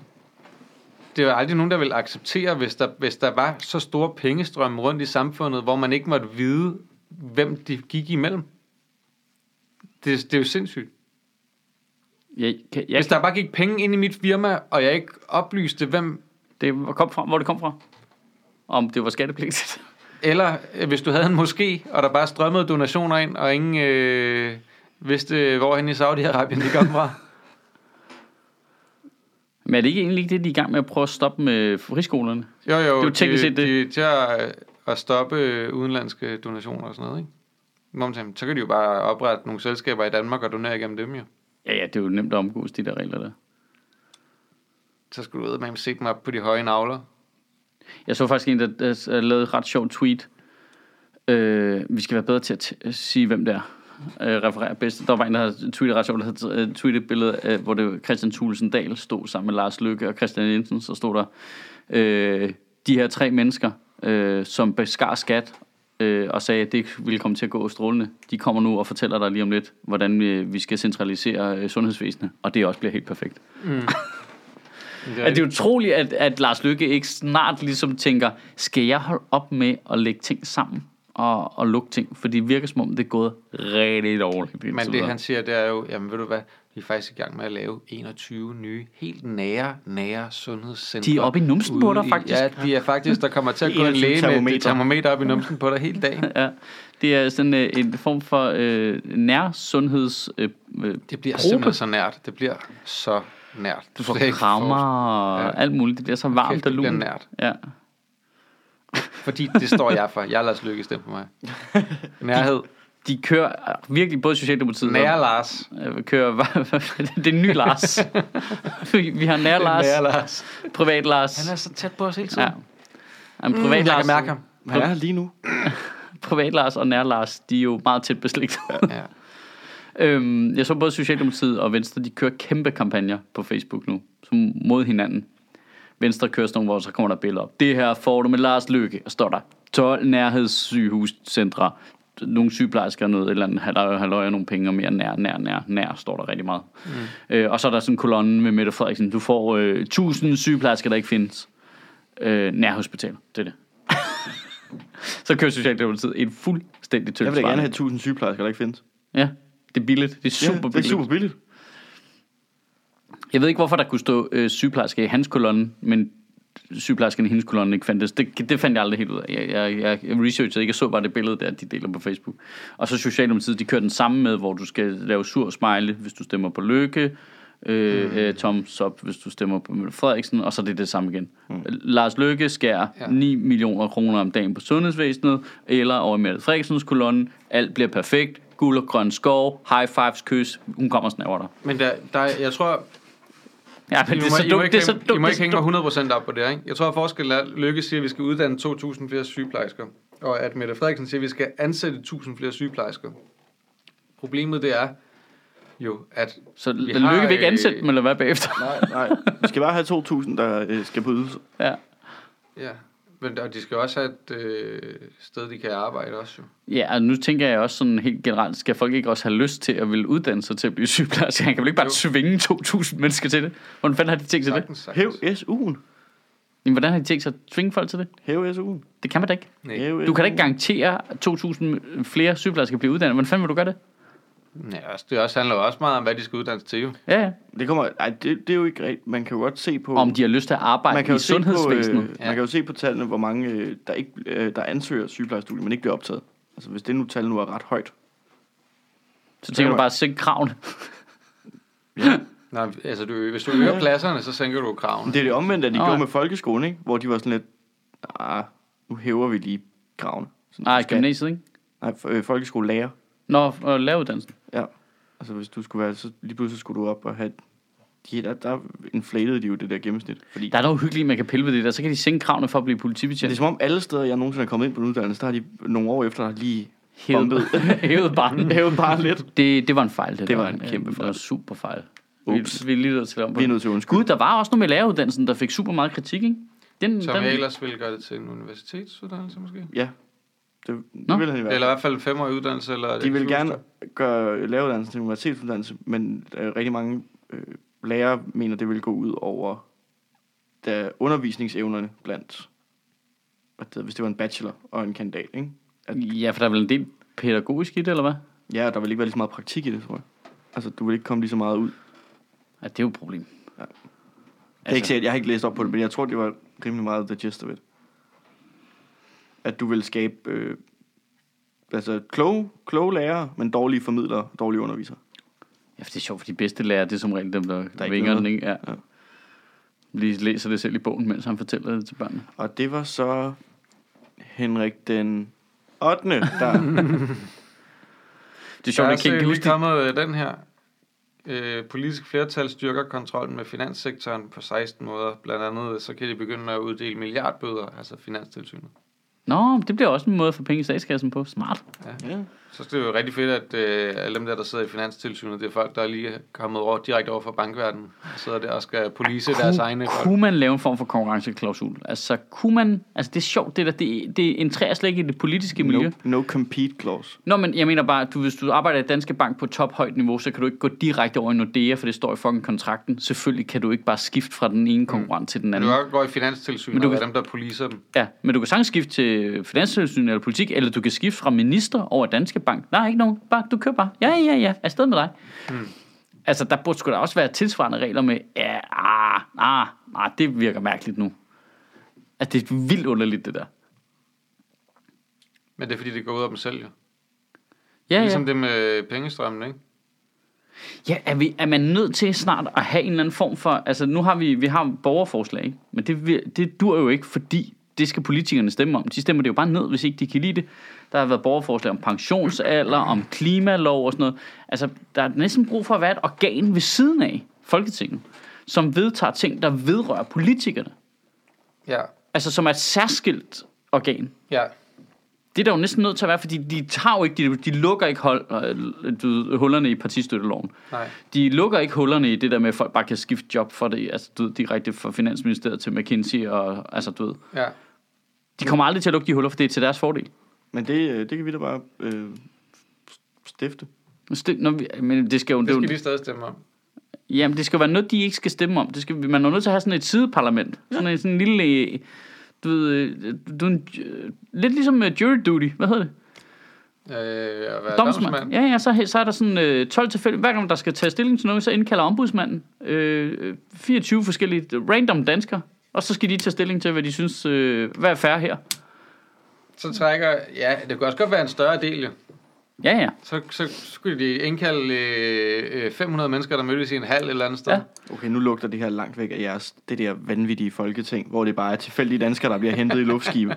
Det er jo aldrig nogen, der vil acceptere, hvis der, hvis der var så store pengestrømme rundt i samfundet, hvor man ikke måtte vide, hvem de gik imellem. Det, det er jo sindssygt. Jeg, kan, jeg, Hvis der bare gik penge ind i mit firma, og jeg ikke oplyste, hvem... det kom fra, hvor det kom fra. Om det var skattepligtigt. Eller øh, hvis du havde en moské, og der bare strømmede donationer ind, og ingen øh, vidste, hvorhen i Saudi-Arabien de kom fra. Men er det ikke egentlig ikke det, de er i gang med at prøve at stoppe med friskolerne? Jo, jo. jo teknisk de, set det. De, er til at, at stoppe øh, udenlandske donationer og sådan noget, ikke? Momsen, så kan de jo bare oprette nogle selskaber i Danmark og donere igennem dem, jo. Ja, ja, det er jo nemt at omgås de der regler der. Så skulle du ud, man se dem op på de høje navler. Jeg så faktisk en, der, der, der lavede et ret sjovt tweet. Øh, vi skal være bedre til at t- sige, hvem det er. Øh, referere bedst. Der var en, der havde tweetet ret sjovt, der havde øh, tweetet et billede, øh, hvor det var Christian Thulesen Dahl stod sammen med Lars Løkke og Christian Jensen, så stod der øh, de her tre mennesker, øh, som beskar skat øh, og sagde, at det ville komme til at gå strålende. De kommer nu og fortæller dig lige om lidt, hvordan øh, vi skal centralisere øh, sundhedsvæsenet, og det også bliver helt perfekt. At det er utroligt, at, at Lars Lykke ikke snart ligesom tænker, skal jeg holde op med at lægge ting sammen og, og lukke ting? For det virker som om, det er gået rigtig dårligt. Men det, han siger, det er jo, jamen ved du hvad, vi er faktisk i gang med at lave 21 nye, helt nære, nære sundhedscentre. De er oppe i numsen ude på dig, faktisk. Ja, de er faktisk, der kommer til at gå en 21 læge med termometer. et termometer op i numsen på dig hele dagen. Ja, det er sådan øh, en form for øh, nær sundheds... Øh, øh, Det bliver gruppe. simpelthen så nært. Det bliver så nært. Du får slet ikke krammer forestille- og Ja. alt muligt. Det bliver så varmt Kæft, og det bliver lunt. nært. Ja. Fordi det står jeg for. Jeg er Lars Lykke, stem på mig. Nærhed. De kører øh, virkelig både Socialdemokratiet Nære Lars. og øh, kører, det er en ny Lars. Vi- Vi har nær Lars, Nære Lars. privat Lars. Han er så tæt på os hele tiden. Ja. Ja. En privat Jeg Lars, kan mærke ham. Han er her lige nu. privat Lars og nær Lars, de er jo meget tæt beslægtet. Ja. øhm, jeg så både Socialdemokratiet og Venstre, de kører kæmpe kampagner på Facebook nu, som mod hinanden. Venstre kører sådan nogle, hvor så kommer der billeder op. Det her får du med Lars Løkke, og står der 12 nærhedssygehuscentre, nogle sygeplejersker og noget, et eller andet halløj, halløj og nogle penge og mere nær, nær, nær, nær, står der rigtig meget. Mm. Øh, og så er der sådan en kolonne med Mette Frederiksen, du får øh, 1000 sygeplejersker, der ikke findes. Øh, nærhospital, det er det. så kører Socialdemokratiet en fuldstændig tyndt Jeg vil da gerne have 1000 sygeplejersker, der ikke findes. Ja, det er billigt. Det er super ja, billigt. det er super billigt. Jeg ved ikke, hvorfor der kunne stå øh, sygeplejerske i hans kolonne, men sygeplejersken i hendes kolonne ikke fandtes. Det, det fandt jeg aldrig helt ud af. Jeg, jeg, jeg researchede ikke, jeg så bare det billede der, de deler på Facebook. Og så Socialdemokratiet, de kører den samme med, hvor du skal lave sur smile, hvis du stemmer på Løkke, øh, mm. øh, Toms op, hvis du stemmer på Mette Frederiksen, og så er det det samme igen. Mm. Lars Løkke skærer ja. 9 millioner kroner om dagen på sundhedsvæsenet, eller over i Mette Frederiksens kolonne, alt bliver perfekt, guld og grøn skov, high fives, kys, hun kommer og snaver dig. Men der, der, jeg tror, Ja, I men det er må- så I må dumt, ikke det er så hænge- I dumt. må det er ikke så hænge dumt. mig 100% op på det her, ikke? Jeg tror, at forskellen er, at Lykke siger, at vi skal uddanne 2.000 flere sygeplejersker, og at Mette Frederiksen siger, at vi skal ansætte 1.000 flere sygeplejersker. Problemet det er jo, at Så Vi den har, lykke vi ikke øh, ansætte dem, eller hvad bagefter? Nej, nej. Vi skal bare have 2000, der øh, skal på ydelse. Ja. ja, men der, de skal jo også have et øh, sted, de kan arbejde også. Jo. ja, og nu tænker jeg også sådan helt generelt, skal folk ikke også have lyst til at ville uddanne sig til at blive sygeplejerske? Han kan vel ikke bare Jo. tvinge 2.000 mennesker til det? Hvordan fanden har de tænkt sig det? Sagtens, Hæv sagtens. SU'en. Jamen, hvordan har de tænkt sig at tvinge folk til det? Hæv SU'en. Det kan man da ikke. Nej. Hæv Du kan da SU'en. ikke garantere, at 2.000 flere sygeplejersker bliver uddannet. Hvordan fanden vil du gøre det? Ja, også, det også handler jo også meget om, hvad de skal uddannes til. Jo. Ja, ja. Det kommer, ej, det, det er jo ikke rigtigt. Man kan jo godt se på... Om de har lyst til at arbejde man kan jo i se på, sundhedsvæsenet. Øh, Man kan jo se på tallene, hvor mange, øh, der, ikke, øh, der ansøger sygeplejestudiet, men ikke bliver optaget. Altså, hvis det nu tal nu er ret højt. så tænker du bare, sænk kravene. Nej, altså, du, hvis du øger pladserne, så sænker du kravene. Men det er det omvendt, at de Nå, ja. gjorde med folkeskolen, ikke? Hvor de var sådan lidt... Ah, nu hæver vi lige kravene. Sådan, Nej, du skal- gymnasiet, ikke? Nej, f- øh, folkeskolelærer. Nå, og læreruddannelsen. Ja. Altså, hvis du skulle være... Så lige pludselig skulle du op og have... De, der, der inflated de jo det der gennemsnit. Fordi Der er noget uhyggeligt, man kan pille ved det der. Så kan de sænke kravene for at blive det er politibetjent. som om alle steder, jeg nogensinde er kommet ind på en uddannelse, der har de nogle år efter, der har lige Hævet, bombet. hævet barnet. Hævet bare lidt. Det, det var en fejl, det, Det der. var en kæmpe Øh, Det var fejl. en super fejl. Vi, Ups. vi er lige nødt til at lave om på Vi er det. nødt til at undskylde. Gud, der var også noget med læreruddannelsen, der fik super meget kritik, ikke? Den, Som den, jeg ellers ville gøre det til en universitetsuddannelse, måske. Ja. Det, Nå. det vil han i hvert fald. Eller i hvert fald femårig uddannelse. Eller et De vil studie. gerne gøre læreruddannelsen til universitetsuddannelse, men øh, rigtig mange øh, lærere mener, det vil gå ud over da undervisningsevnerne blandt, hvad det hedder, hvis det var en bachelor og en kandidat, ikke? At, Ja, for der er vel en del pædagogisk i det, eller hvad? ja, der vil ikke være lige så meget praktik i det, tror jeg. Altså, du vil ikke komme lige så meget ud. Ja, det er jo et problem. Altså. Ikke sikkert, jeg har ikke læst op på det, men jeg tror, det var rimelig meget the gist of it. At du vil skabe øh, altså, kloge, kloge lærere, men dårlige formidlere, dårlige undervisere. Ja, for det er sjovt, for de bedste lærer, det er som regel dem, der, Der er der ikke vinger den, noget. ikke? Ja. Ja. Lige læser det selv i bogen, mens han fortæller det til børnene. Og det var så Henrik den 8. Det der... er sjovt, jeg er kan ikke seriøst huske lige det. kommet øh, den her. Øh, politisk flertal styrker kontrollen med finanssektoren på 16 måder. Blandt andet øh, så kan de begynde at uddele milliardbøder, altså finanstilsynet. Nå, men det bliver også en måde at få penge i statskassen på. Smart. ja. Så skal det jo rigtig fedt, at øh, alle dem der, der sidder i finanstilsynet, det er folk, der er lige er kommet over, direkte over fra bankverdenen. Og sidder der og skal polise deres egne folk. Kunne man lave en form for konkurrenceklausul? Altså, kunne man... Altså, det er sjovt, det der. Det, det entrerer slet ikke i det politiske miljø. No, no compete clause. Nå, men jeg mener bare, at du, hvis du arbejder i Danske Bank på tophøjt niveau, så kan du ikke gå direkte over i Nordea, for det står i fucking kontrakten. Selvfølgelig kan du ikke bare skifte fra den ene konkurrent mm. til den Men du anden. kan godt gå i finanstilsynet, Men du og være kan- dem, der poliser dem. Ja, men du kan sagtens skifte til finanstilsyn eller politik, eller du kan skifte fra minister over Danske Bank. Der er ikke nogen. Bare, du kører bare. Ja, ja, ja. Afsted med dig. Mm. Altså, der burde sgu da også være tilsvarende regler med, ja, ah, ah, ah, det virker mærkeligt nu. Altså, det er vildt underligt, det der. Men det er fordi, det går ud af dem selv, jo. Ja, ja. Ligesom det med pengestrømmen, ikke? Ja, er, vi, er man nødt til snart at have en eller anden form for... Altså, nu har vi, vi har borgerforslag, ikke? men det, vil- det dur jo ikke, fordi det skal politikerne stemme om. De stemmer det jo bare ned, hvis ikke de kan lide det. Der har været borgerforslag om pensionsalder, om klimalov og sådan noget. Altså, der er næsten brug for at være et organ ved siden af Folketinget, som vedtager ting, der vedrører politikerne. Ja, Altså, som er et særskilt organ. ja. Det er der jo næsten nødt til at være, fordi de, tager jo ikke, de, de lukker ikke hold, øh, du ved, hullerne i partistøtteloven. Nej. De lukker ikke hullerne i det der med, at folk bare kan skifte job for det, altså du ved, direkte fra Finansministeriet til McKinsey, og altså du ved, Ja. de kommer aldrig til at lukke de huller, for det er til deres fordel. Men det, øh, det kan vi da bare øh, stifte. Men stil- Når vi, men Altså, det skal jo, det Det er skal jo, de stadig stemme om. jamen, det skal jo være noget, de ikke skal stemme om. Det skal, man er jo nødt til at have sådan et sideparlament. Sådan en, sådan en lille, øh, du ved, øh, du, er en, øh, lidt ligesom øh, jury duty, hvad hedder det? Øh, at være Domsmand. domsmand. Ja, ja, så, så er der sådan øh, 12 tilfælde. Hver gang der skal tage stilling til noget, så indkalder ombudsmanden øh, øh, 24 forskellige random danskere. Og så skal de tage stilling til, hvad de synes, øh, hvad er færre her. Så trækker, ja, det kunne også godt være en større del, jo. Ja, ja. Så, så skulle de indkalde øh, øh, 500 mennesker, der mødtes i en halv et eller andet sted. Ja. Ja. Okay, nu lugter det her langt væk af jeres, det der vanvittige folketing, hvor det bare er tilfældige danskere, der bliver hentet i luftskibe.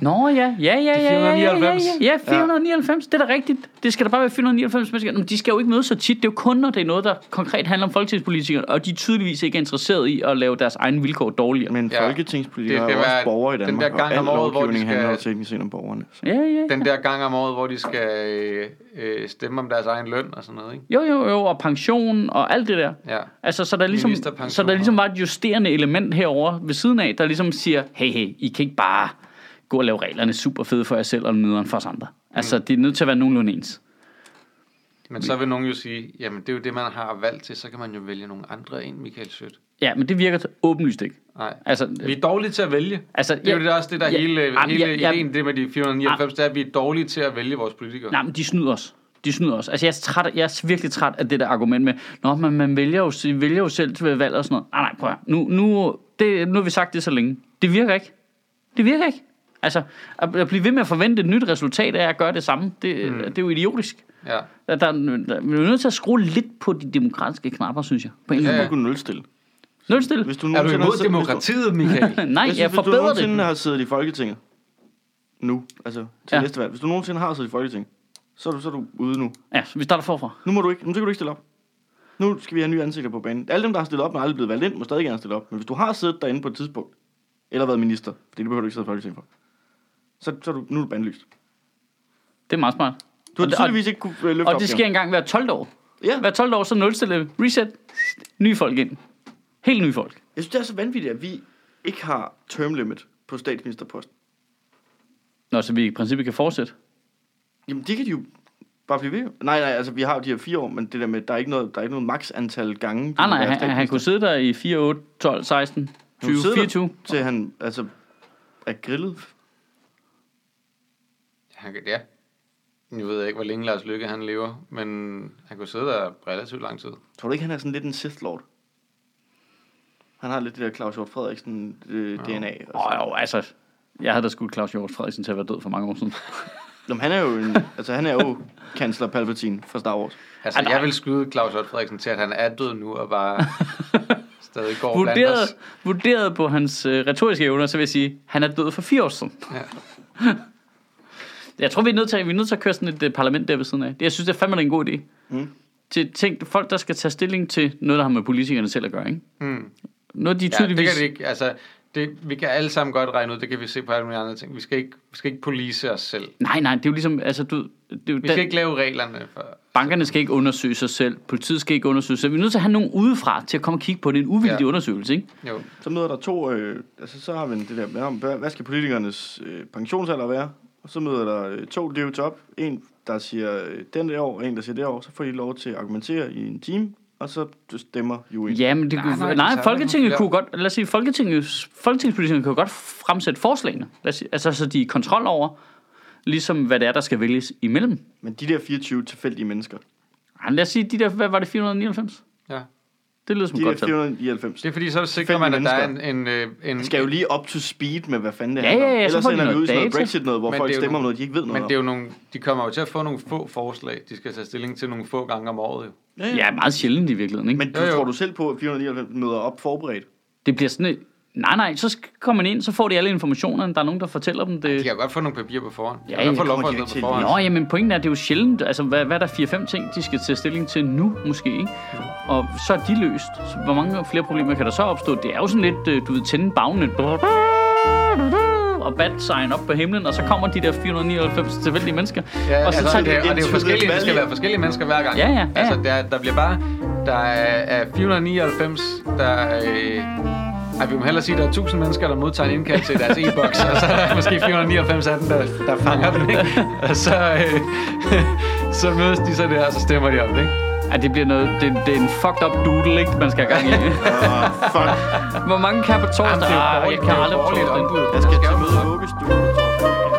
Nå ja, ja, ja, ja, ja, ja, ja, ja, 499. ja, 499, det er da rigtigt. Det skal da bare være 499 mennesker. Men de skal jo ikke mødes så tit. Det er jo kun, når det er noget, der konkret handler om folketingspolitikere, og de er tydeligvis ikke er interesseret i at lave deres egne vilkår dårligere. Men Ja. ja. folketingspolitikere Det skal er jo også være borgere i den Danmark, der gang og om al året, hvor de lovgivning handler jo skal- teknisk set om borgerne. Så. Ja, ja. Den der gang om året, hvor de skal øh, øh, stemme om deres egen løn og sådan noget, ikke? Jo, jo, jo, og pension og alt det der. Ja. Altså, så der, ligesom, Ministerpensioner. så der ligesom var et justerende element herover ved siden af, der ligesom siger, hey, hey, I kan ikke bare gå og lave reglerne super fede for jer selv og nederen for os andre. Altså, det er nødt til at være nogenlunde ens. Men så vil nogen jo sige, jamen det er jo det, man har valgt til, så kan man jo vælge nogle andre end Michael Sødt. Ja, men det virker åbenlyst ikke. Nej. Altså, Vi er dårlige til at vælge. Altså, Altså, det er jo ja- det, der er også det, der ja, ja, hele, jamen, hele ja, ja. ideen, det med de 499, det er, at vi er dårlige til at vælge vores politikere. nej, men de snyder os. De snyder os. Altså, jeg er, træt, jeg er virkelig træt af det der argument med, nå, men man vælger jo, se- vælger jo selv til valg og sådan noget. Nej, nej, prøv at høre. nu, nu, det, nu har vi sagt det så længe. Det virker ikke. Det virker ikke. Altså, at at blive ved med at forvente et nyt resultat af at gøre det samme, det, mm. det er jo idiotisk. Ja. Der, der, der, vi er nødt til at skrue lidt på de demokratiske knapper, synes jeg. På en eller Ja. anden Du kunne nulstille. måde. Nul stille. Hvis du Er du nogensinde har imod siddet- hvis du- demokratiet, Michael? Nej, hvis, jeg hvis du forbedrer nogensinde det. har siddet i Folketinget nu, altså til Ja. ja. næste valg, hvis du nogensinde har siddet i Folketinget, så er du, så er du ude nu. Ja, så vi starter forfra. Nu må du ikke, nu kan du ikke stille op. Nu skal vi have nye ansigter på banen. Alle dem, der har stillet op, men aldrig blevet valgt ind, må stadig gerne stille op. Men hvis du har siddet derinde på et tidspunkt, eller været minister, fordi det behøver du ikke sidde i Folketinget for, så, så er du, nu er du bandlyst. Det er meget smart. Du har Og- og- tydeligvis ikke kunne øh, løfte Og det sker opgaven. engang hver 12 år. Ja. Hver 12 år, så nulstiller vi. Reset. Nye folk ind. Helt nye folk. Jeg synes, det er så vanvittigt, at vi ikke har term limit på statsministerposten. Nå, så vi i princippet kan fortsætte. Jamen, det kan de jo bare blive ved. Nej, nej, altså, vi har jo de her fire år, men det der med, der er ikke noget, der er ikke noget maks antal gange. du Ah, må nej, være han, han statsminister. kunne sidde der i 4, 8, 12, 16, 20, sidder der. 24. Til han, altså, er grillet. Han kan, ja. Nu ved jeg ikke, hvor længe Lars Lykke han lever, men han kunne sidde der relativt lang tid. Tror du ikke, han er sådan lidt en Sith Lord? Han har lidt det der Claus Hjort Frederiksen øh, DNA. Og Åh, oh, jo, altså, jeg havde da skudt Claus Hjort Frederiksen til at være død for mange år siden. Nå, men han er jo, en, altså, han er jo kansler Palpatine fra Star Wars. Altså, jeg vil skyde Claus Hjort Frederiksen til, at han er død nu og bare stadig går blandt os. Vurderet, vurderet på hans øh, retoriske evner, så vil jeg sige, at han er død for fire år siden. Ja. jeg tror, vi er, nødt til, vi er nødt til at køre sådan et øh, parlament der ved siden af. Det, jeg synes, det er fandme en god idé. Mm. Til ting, folk, der skal tage stilling til noget, der har med politikerne selv at gøre. Ikke? Mm. Noget, de Ja, det tydeligvis... kan det ikke. Altså, det, vi kan alle sammen godt regne ud, det kan vi se på alle mulige andre ting. Vi skal ikke, vi skal ikke polise os selv. Nej, nej, det er jo ligesom... Altså, du, det er jo Vi den- skal ikke lave reglerne for... Bankerne skal ikke undersøge sig selv. Politiet skal ikke undersøge sig selv. Vi er nødt til at have nogen udefra til at komme og kigge på det. En uvildig Ja. ja. undersøgelse, ikke? Jo. Så møder der to, øh, altså så har vi det der med, om, hvad- hvad skal politikernes øh, pensionsalder være? Og så møder der øh, to livet op, en der siger øh, den der år, og en der siger det år, så får I lov til at argumentere i en time, og så stemmer jo en. Ja, men det Nej, nej, kunne, nej, nej, det tager vi nej, Folketinget nu. kunne godt, lad os sige, Folketinget, Folketingspolitikerne kunne godt fremsætte forslagene. Lad os sige, altså, så de er i kontrol over, ligesom hvad det er, der skal vælges imellem. Men de der 24 tilfældige mennesker, Ej, men lad os sige, de der, hvad var det, 499? Ja. Det lyder som de et der godt tal. 499, Det er fordi, så sikrer Fem man, at der er en... mennesker. en, øh, en skal jo lige op to speed med, hvad fanden det Ja, handler om. ja, ja, så Ellers får de ender vi noget ud i sådan noget data. Brexit noget, hvor Men folk det er jo stemmer nogle- om noget, de ikke ved noget men om. det er jo nogle, de kommer jo til at få nogle få forslag, de skal tage stilling til nogle få gange om året. Jo. Ja, meget sjældent i virkeligheden, ikke? Men, Men du Jo, jo. tror du selv på, at 499 møder op forberedt? det bliver sådan et, nej, nej, så sk- kommer man ind, så får de alle informationerne, der er nogen, der fortæller dem det. De kan jo godt få nogle papirer på forhånd. De Ja, kan godt ja, få kommer de lovforslaget ikke på til forhånd. Nå, jamen pointen er, det er jo sjældent, altså hvad, hvad er der 4-5 ting, de skal tage stilling til nu måske, ikke? Og så er de løst. Så hvor mange flere problemer kan der så opstå? Det er jo sådan lidt, øh, du ved, tænde bagnet, og bat sign op på himlen, og så kommer de der 499 tilfældige mennesker. Ja, og så altså, tager det, er- de... og det er jo tydeligt forskellige, det skal valg. være forskellige mennesker hver gang. Ja, ja, ja, Altså, ja. der, der bliver bare, der er, er 499, der er, øh, ej, vi må hellere sige, der er 1000 mennesker, der modtager en indkaldelse i deres e-boks, og så er der måske 499 af dem, der, der fanger den, ikke? Og så, øh, så mødes de så der, og så stemmer de om det, ikke? Ja, det bliver noget, det, det er en fucked up doodle, ikke, man skal have gang i. Ah, fuck. hvor mange kan på torsdag? Jamen, det er jo Ah, jeg borgerligt- det kan er jo aldrig på borgerligt torsdag. ombud. Jeg Der skal jo til møde i vuggestue.